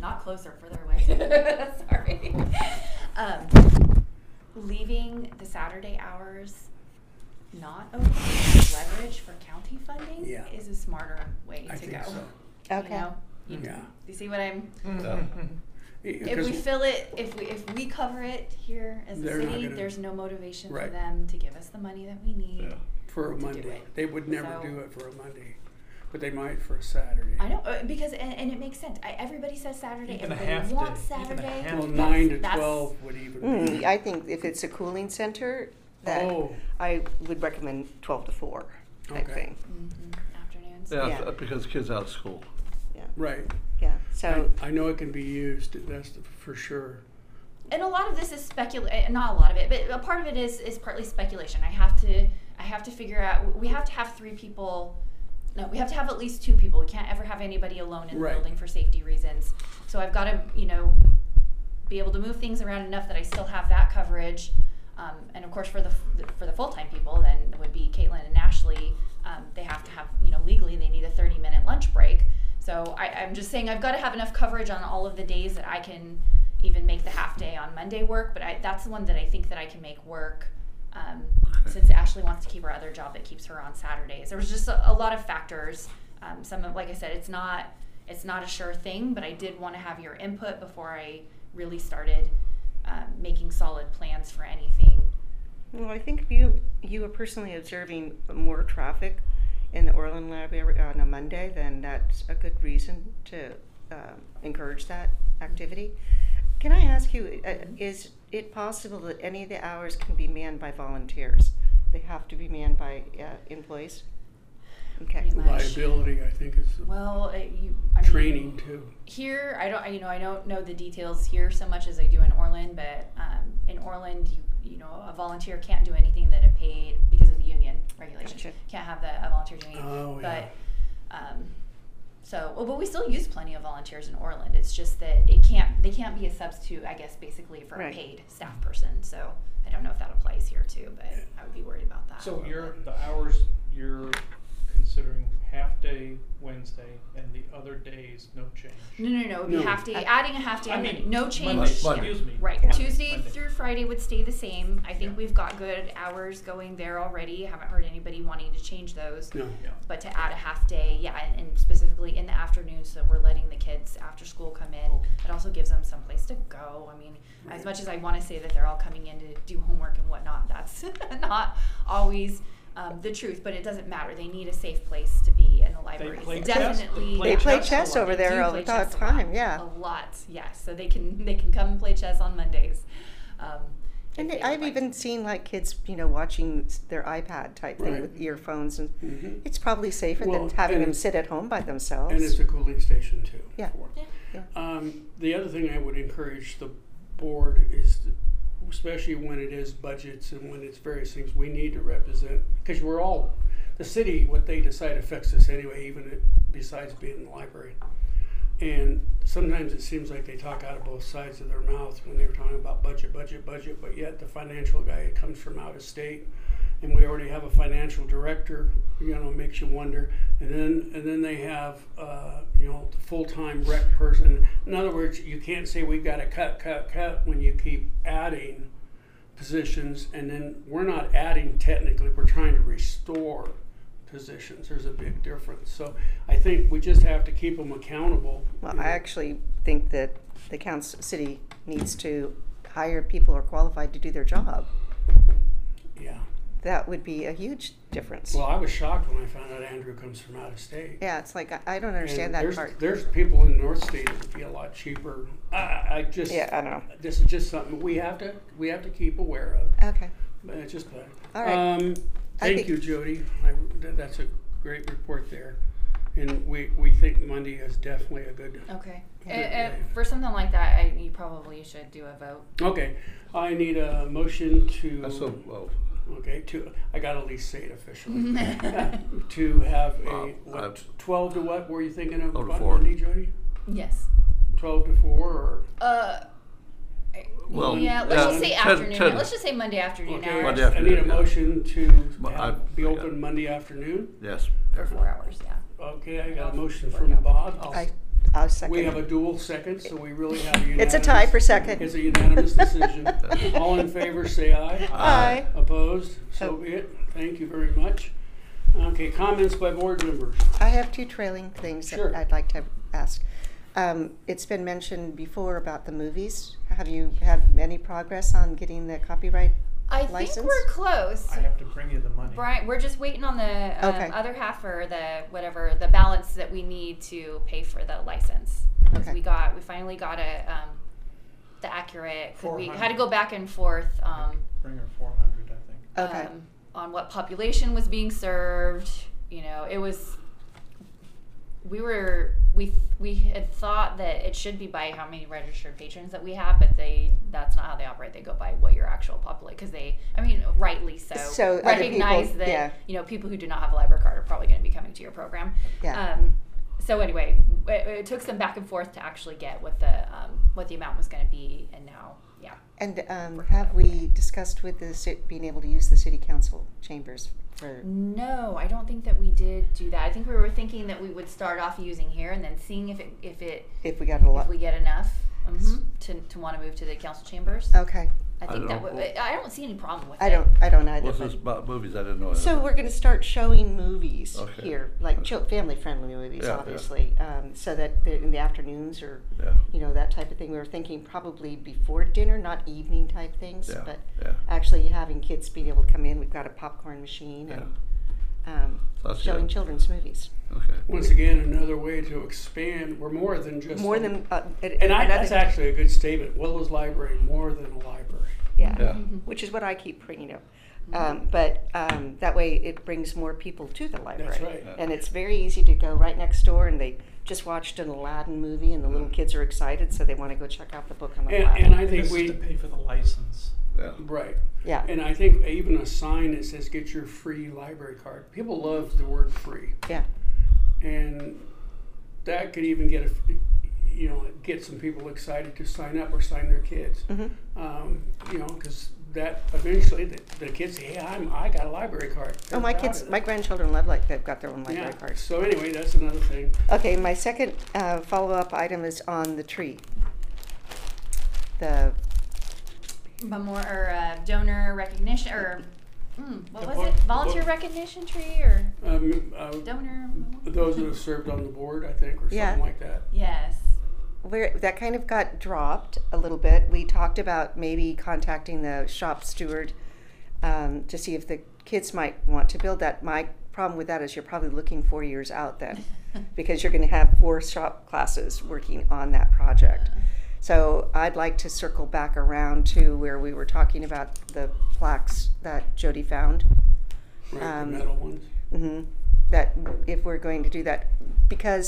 not closer, further away. *laughs* Sorry. Um, leaving the Saturday hours not open as leverage for county funding
Yeah.
is a smarter way
I
to
think
go.
so.
*laughs* You
Okay.
know? You,
Yeah.
you see what I'm? If
Because-
we fill it, if we if we cover it here as a
They're not
city,
gonna-
there's no motivation
Right.
for them to give us the money that we need.
Yeah.
for a
to do
Monday.
it.
They would never
So-
do it for a Monday, but they might for a Saturday.
I know uh, because and, and it makes sense. I, everybody says Saturday.
Even a
everybody
half
wants
day, even a
Saturday.
half
Well,
That's-
nine to
that's- Hmm,
twelve would even
Mm,
be.
I think if it's a cooling center, that
Oh.
I would recommend twelve to four type
Okay.
thing.
Mhm, afternoons.
Yeah,
Yeah.
because kids out of school.
Yeah,
Right.
yeah. So
I, I know it can be used. That's for sure.
and a lot of this is speculation not a lot of it but a part of it is is partly speculation i have to i have to figure out we have to have three people no we have to have at least two people we can't ever have anybody alone in
Right.
the building for safety reasons so i've got to you know be able to move things around enough that i still have that coverage Um, and of course, for the f- for the full time people, then would be Caitlin and Ashley. Um, they have to have you know legally they need a thirty minute lunch break. So I, I'm just saying I've got to have enough coverage on all of the days that I can even make the half day on Monday work. But I, that's the one that I think that I can make work. Um, since Ashley wants to keep her other job that keeps her on Saturdays, there was just a, a lot of factors. Um, some of, like I said, it's not it's not a sure thing, but I did want to have your input before I really started um, making solid plans for anything.
Well, I think if you, you were personally observing more traffic in the Orland Lab every, on a Monday, then that's a good reason to um, encourage that activity. Can I ask you, uh, is it possible that any of the hours can be manned by volunteers? They have to be manned by uh, employees? Okay.
Pretty much.
Liability, I think, is
Well, it, you, I mean,
training too.
here I don't I- you know I don't know the details here so much as I do in Orland, but um, in Orland you you know a volunteer can't do anything that a paid because of the union regulations
Gotcha.
can't have the a volunteer doing anything.
Oh, yeah.
but um, so well, but we still use plenty of volunteers in Orland. It's just that it can't they can't be a substitute I guess basically for
Right.
a paid staff person. So I don't know if that applies here too, but I would be worried about that.
*laughs* So you're the hours you're considering half day Wednesday and the other days no change.
no no no it would be
No.
half day adding a half day
I
and then
mean
no change
Monday,
Monday.
excuse me.
Right.
Monday,
Tuesday
Monday.
through Friday would stay the same. I think
Yeah.
we've got good hours going there already. Haven't heard anybody wanting to change those.
No.
Yeah.
But to add a half day, yeah, and, and specifically in the afternoon, so we're letting the kids after school come in. It also gives them some place to go. I mean, as much as I want to say that they're all coming in to do homework and whatnot, that's *laughs* not always um, the truth. But it doesn't matter. They need a safe place to be, in the library
play
is
chess? They
definitely
play
They play
chess a
chess
lot.
over
they
there
do
all
play
the ta-
chess a lot. Oh,
time, yeah.
A lot, yes. So they can they can come and play chess on Mondays. Um, if
And
they
they- I've
would like.
even seen like kids, you know, watching s- their iPad type thing
Right.
with earphones, and
Mhm.
it's probably safer
Well,
than having
and
them
it's-
sit at home by themselves.
And it's a cooling station too.
Yeah.
for it.
Yeah.
Yeah.
Um, the other thing I would encourage the board is, to, especially when it is budgets and when it's various things, we need to represent, because we're all, the city, what they decide affects us anyway, even it- besides being the library. And sometimes it seems like they talk out of both sides of their mouths when they're talking about budget, budget, budget, but yet the financial guy comes from out of state and we already have a financial director, you know, makes you wonder. And then, and then they have, uh, you know, the full-time rec person. In other words, you can't say we've got to cut, cut, cut when you keep adding positions. And then we're not adding technically, we're trying to restore positions. There's a big difference. So I think we just have to keep them accountable.
Well,
you know.
I actually think that the council, city needs to hire people who are qualified to do their job.
Yeah.
That would be a huge difference.
Well, I was shocked when I found out Andrew comes from out of state.
Yeah, it's like, I, I don't understand
And
that
there's,
part.
There's people in North State that would be a lot cheaper. I- I, I just,
Yeah, I don't know.
this is just something we have to, we have to keep aware of.
Okay.
But it's just better.
All right.
Um,
I
thank
think-
you, Jody. I, th- that's a great report there. And we, we think Monday is definitely a good,
Okay.
Yeah.
Uh, uh, for something like that, I, you probably should do a
*laughs*
vote. *laughs*
Oh.
okay. I need a motion to.
That's Oh, so, well,
Okay, to, I gotta at least say it officially.
*laughs*
To have a,
Well, I'm-
what, twelve to what were you thinking of?
Twelve to
on
four.
Monday, Jody?
Yes.
Twelve to four or?
Uh.
Well, uh,
yeah. Let's
yeah,
just say
ten-
afternoon.
ten.
Let's just say Monday afternoon
Okay,
hours.
Monday
I need a
afternoon, yeah.
motion to
Mo-
have-
I-
be
I
open
got it.
Monday afternoon.
yes.
For four hours. Yeah.
Okay, I got a motion from Bob.
I, I'll second.
Oh. We have a
it.
dual second, so we really have a unanimous.
It's a tie for second.
It's a unanimous
*laughs*
decision. All in favor, say aye.
Aye.
Opposed?
Oh.
So be it. Thank you very much. Okay, comments by board members?
I have two trailing things that
uh, Sure.
I'd like to ask. Um, it's been mentioned before about the movies. Have you had any progress on getting the copyright?
I
License?
think we're close.
I have to bring you the money.
Brian, we're just waiting on the um,
Okay.
other half or the whatever the balance that we need to pay for the license. 'Cause
Okay.
We got we finally got a um, the accurate. 'cause We had to
400.
go back and forth um,
Bring her four hundred, I think.
Okay.
um, on what population was being served. You know, it was we were we we had thought that it should be by how many registered patrons that we have, but they that's not how they operate. They go by what your actual population because they, I mean, rightly so,
So other
recognize
people-
that
yeah.
you know people who do not have a library card are probably going to be coming to your program.
Yeah.
Um, so anyway, it, it took some back and forth to actually get what the um, what the amount was going to be, and now, yeah.
And um, have we discussed with the ci- being able to use the city council chambers for?
No, I don't think that we did do that. I think we were thinking that we would start off using here and then seeing if it if it
If we got a lot.
if we get enough
Mm-hmm.
mhm, to to want to move to the council chambers.
Okay,
I
I
think that
don't-
would, I don't see any problem with
Oh. I
it.
don't, I don't either.
What's
but-
this about movies? I didn't know.
So we're going to start showing movies
Okay.
here, like chil- family-friendly movies,
Yeah, yeah.
obviously, Um, so that they're in the afternoons or
Yeah.
you know that type of thing. We were thinking probably before dinner, not evening type things,
Yeah,
but uh,
yeah.
actually having kids being able to come in. We've got a popcorn machine and um,
That's
showing
good.
children's movies.
Okay.
Once again, another way to expand. We're more than just
More
a-
than uh, a-
and I,
another-
that's actually a good statement. Willow's Library, more than a library.
yeah,
Yeah.
Mm-hmm.
which is what I keep bringing up.
Mm-hmm.
Um, but um, that way, it brings more people to the library,
right.
Yeah.
and it's very easy to go right next door. And they just watched an Aladdin movie, and the little
Yeah.
kids are excited, so they want to go check out the book on
And,
Aladdin.
and I
This
think
is
we
to pay for the license.
Yeah.
right.
yeah,
And I think even a sign that says "Get your free library card." People love the word "free,"
yeah.
and that could even get a, you know get some people excited to sign up or sign their kids.
hmm
Um, you know, because that eventually the, the kids say, "Hey, I'm, I got a library card." They're
Oh, my
proud
kids,
of that.
my grandchildren love like they've got their own library
yeah.
cards.
So anyway, that's another thing.
Okay, my second uh, follow-up item is on the tree. The
But more or uh, donor recognition or mm, what
The
was
vol-
it?
the vol-
Volunteer recognition tree or
Um, uh,
donor?
those that have served on the board, I think, or
Yeah.
something like that.
*laughs* Yes.
where that kind of got dropped a little bit. We talked about maybe contacting the shop steward um, to see if the kids might want to build that. My problem with that is you're probably looking four years out then, because you're going to have four shop classes working on that project.
Uh,
So I'd like to circle back around to where we were talking about the plaques that Jody found.
Right,
Um,
the metal ones.
hmm That if we're going to do that, because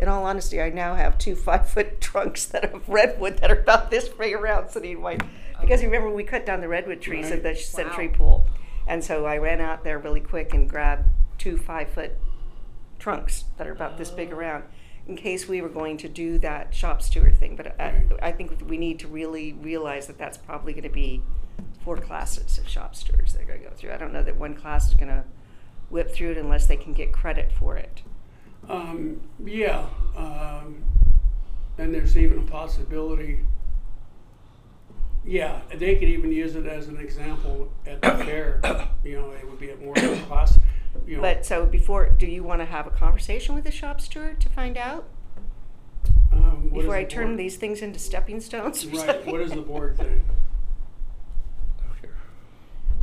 in all honesty, I now have two *laughs* five foot trunks that of redwood that are about this big around sitting white. Because remember, we cut down the redwood trees at the
Right.
Century
Wow.
Pool. And so I ran out there really quick and grabbed two five foot trunks that are about this
Oh.
big around in case we were going to do that shop steward thing. But I, I think we need to really realize that that's probably going to be four classes of shop stewards they're going to go through. I don't know that one class is going to whip through it unless they can get credit for it.
Um, yeah, um, and there's even a possibility. Yeah, they could even use it as an example at the fair. You know, it would be at more of a class. You know,
But so before, do you want to have a conversation with the shop steward to find out
um, what
before
is
I
the
turn
board- *laughs*
these things into stepping stones? Or
Right.
something?
What is the board thing?
*laughs*
Okay.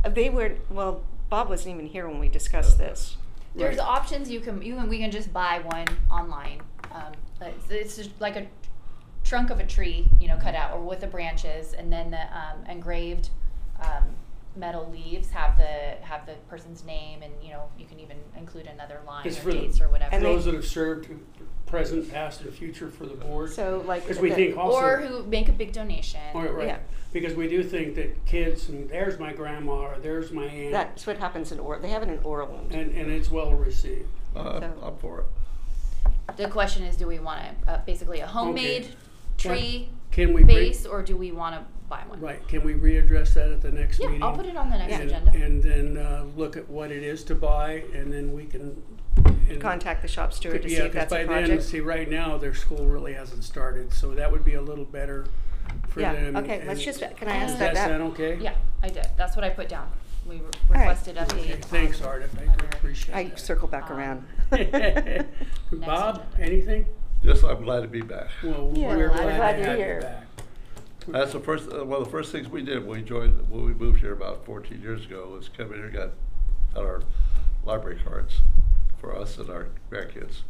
Uh, They were well. Bob wasn't even here when we discussed this.
There's
Right.
options you can you can we can just buy one online. Um, it's, it's just like a trunk of a tree, you know, cut out or with the branches, and then the um, engraved um, metal leaves have the have the person's name, and you know you can even include another line
It's
or
for the-
dates or whatever.
And they-
Those that have served, present, past, and future for the board.
So like
Because we
the-
think also.
or who make a big donation.
All right, right.
Yeah.
Because we do think that kids, and there's my grandma, or there's my aunt,
That's what happens in Or. They have it in Orland.
and, and it's well received.
Uh,
So-
I'm for it.
The question is, do we want to uh, basically a homemade tree
Can we re-
base, or do we want to buy one?
right? Can we readdress that at the next
Yeah,
meeting?
I'll put it on the next
and,
agenda.
and then uh, look at what it is to buy, and then we can and,
Contact the shop steward to
yeah,
see if
'cause
that's
by
a
then,
project.
see, right now their school really hasn't started, so that would be a little better for
yeah.
them.
okay.
and-
Let's just. uh, Can I ask
Is that
that? that?
sound okay?
Yeah, I did. That's what I put down. We re-
right.
requested
Okay.
update.
Thanks,
on
Art. I
under-
appreciate
I
that. *laughs*
*laughs* circle back
Um,
around.
Bob,
agenda.
anything?
Just I'm glad to be back.
Well,
Yeah,
we're
glad
glad,
glad
to
to
have
hear.
you back.
That's the first. Uh, one of the first things we did when we joined when we moved here about 14 years ago was come in here and got got our library cards for us and our grandkids.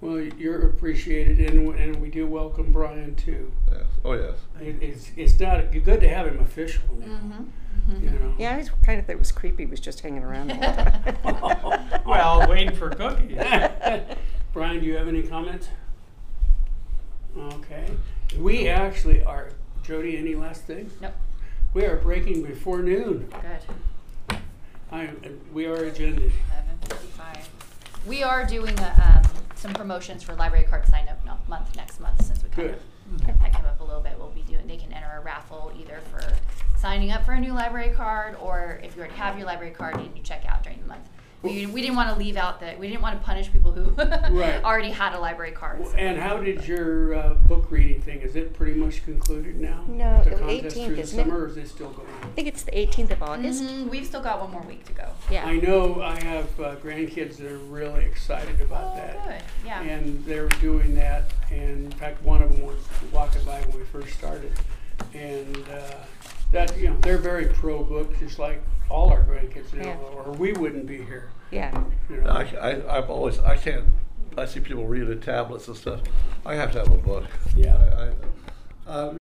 Well, you're appreciated, and, and we do welcome Brian too.
Yes. Oh yes.
It, it's it's not good to have him official now. You know.
Yeah, I was kind of thought it was creepy. Was just hanging around the
*laughs*
whole time.
Well, waiting for cookies.
Brian, do you have any comments? Okay. We actually are. Jody, any last things?
Nope.
We are breaking before noon.
Good.
I am, we are agented.
11:55. We are doing a um, some promotions for library card sign up no, month next month since we kind
Good.
of that came up a little bit. We'll be doing they can enter a raffle either for signing up for a new library card or if you already have your library card and you check out during the month. We, we didn't want to leave out that we didn't want to punish people who *laughs*
Right.
already had a library card.
Well,
so-
And how did your uh, book reading thing? Is it pretty much concluded now?
No,
the
the
contest
18th,
through the
isn't it?
summer, or is it still going on?
I think it's the 18th of August.
Mhm, we've still got one more week to go.
Yeah.
mm-hmm. I know I have uh, grandkids that are really excited about
Oh,
that.
good. Yeah.
And they're doing that, and in fact, one of them was walking by when we first started. And uh, that, you know, they're very pro book, just like all our grandkids, you know,
Yeah.
or we wouldn't be here,
Yeah.
you know.
I, I, I've always, I can't, I see people reading tablets and stuff. I have to have a book.
Yeah.
I- I- Uh,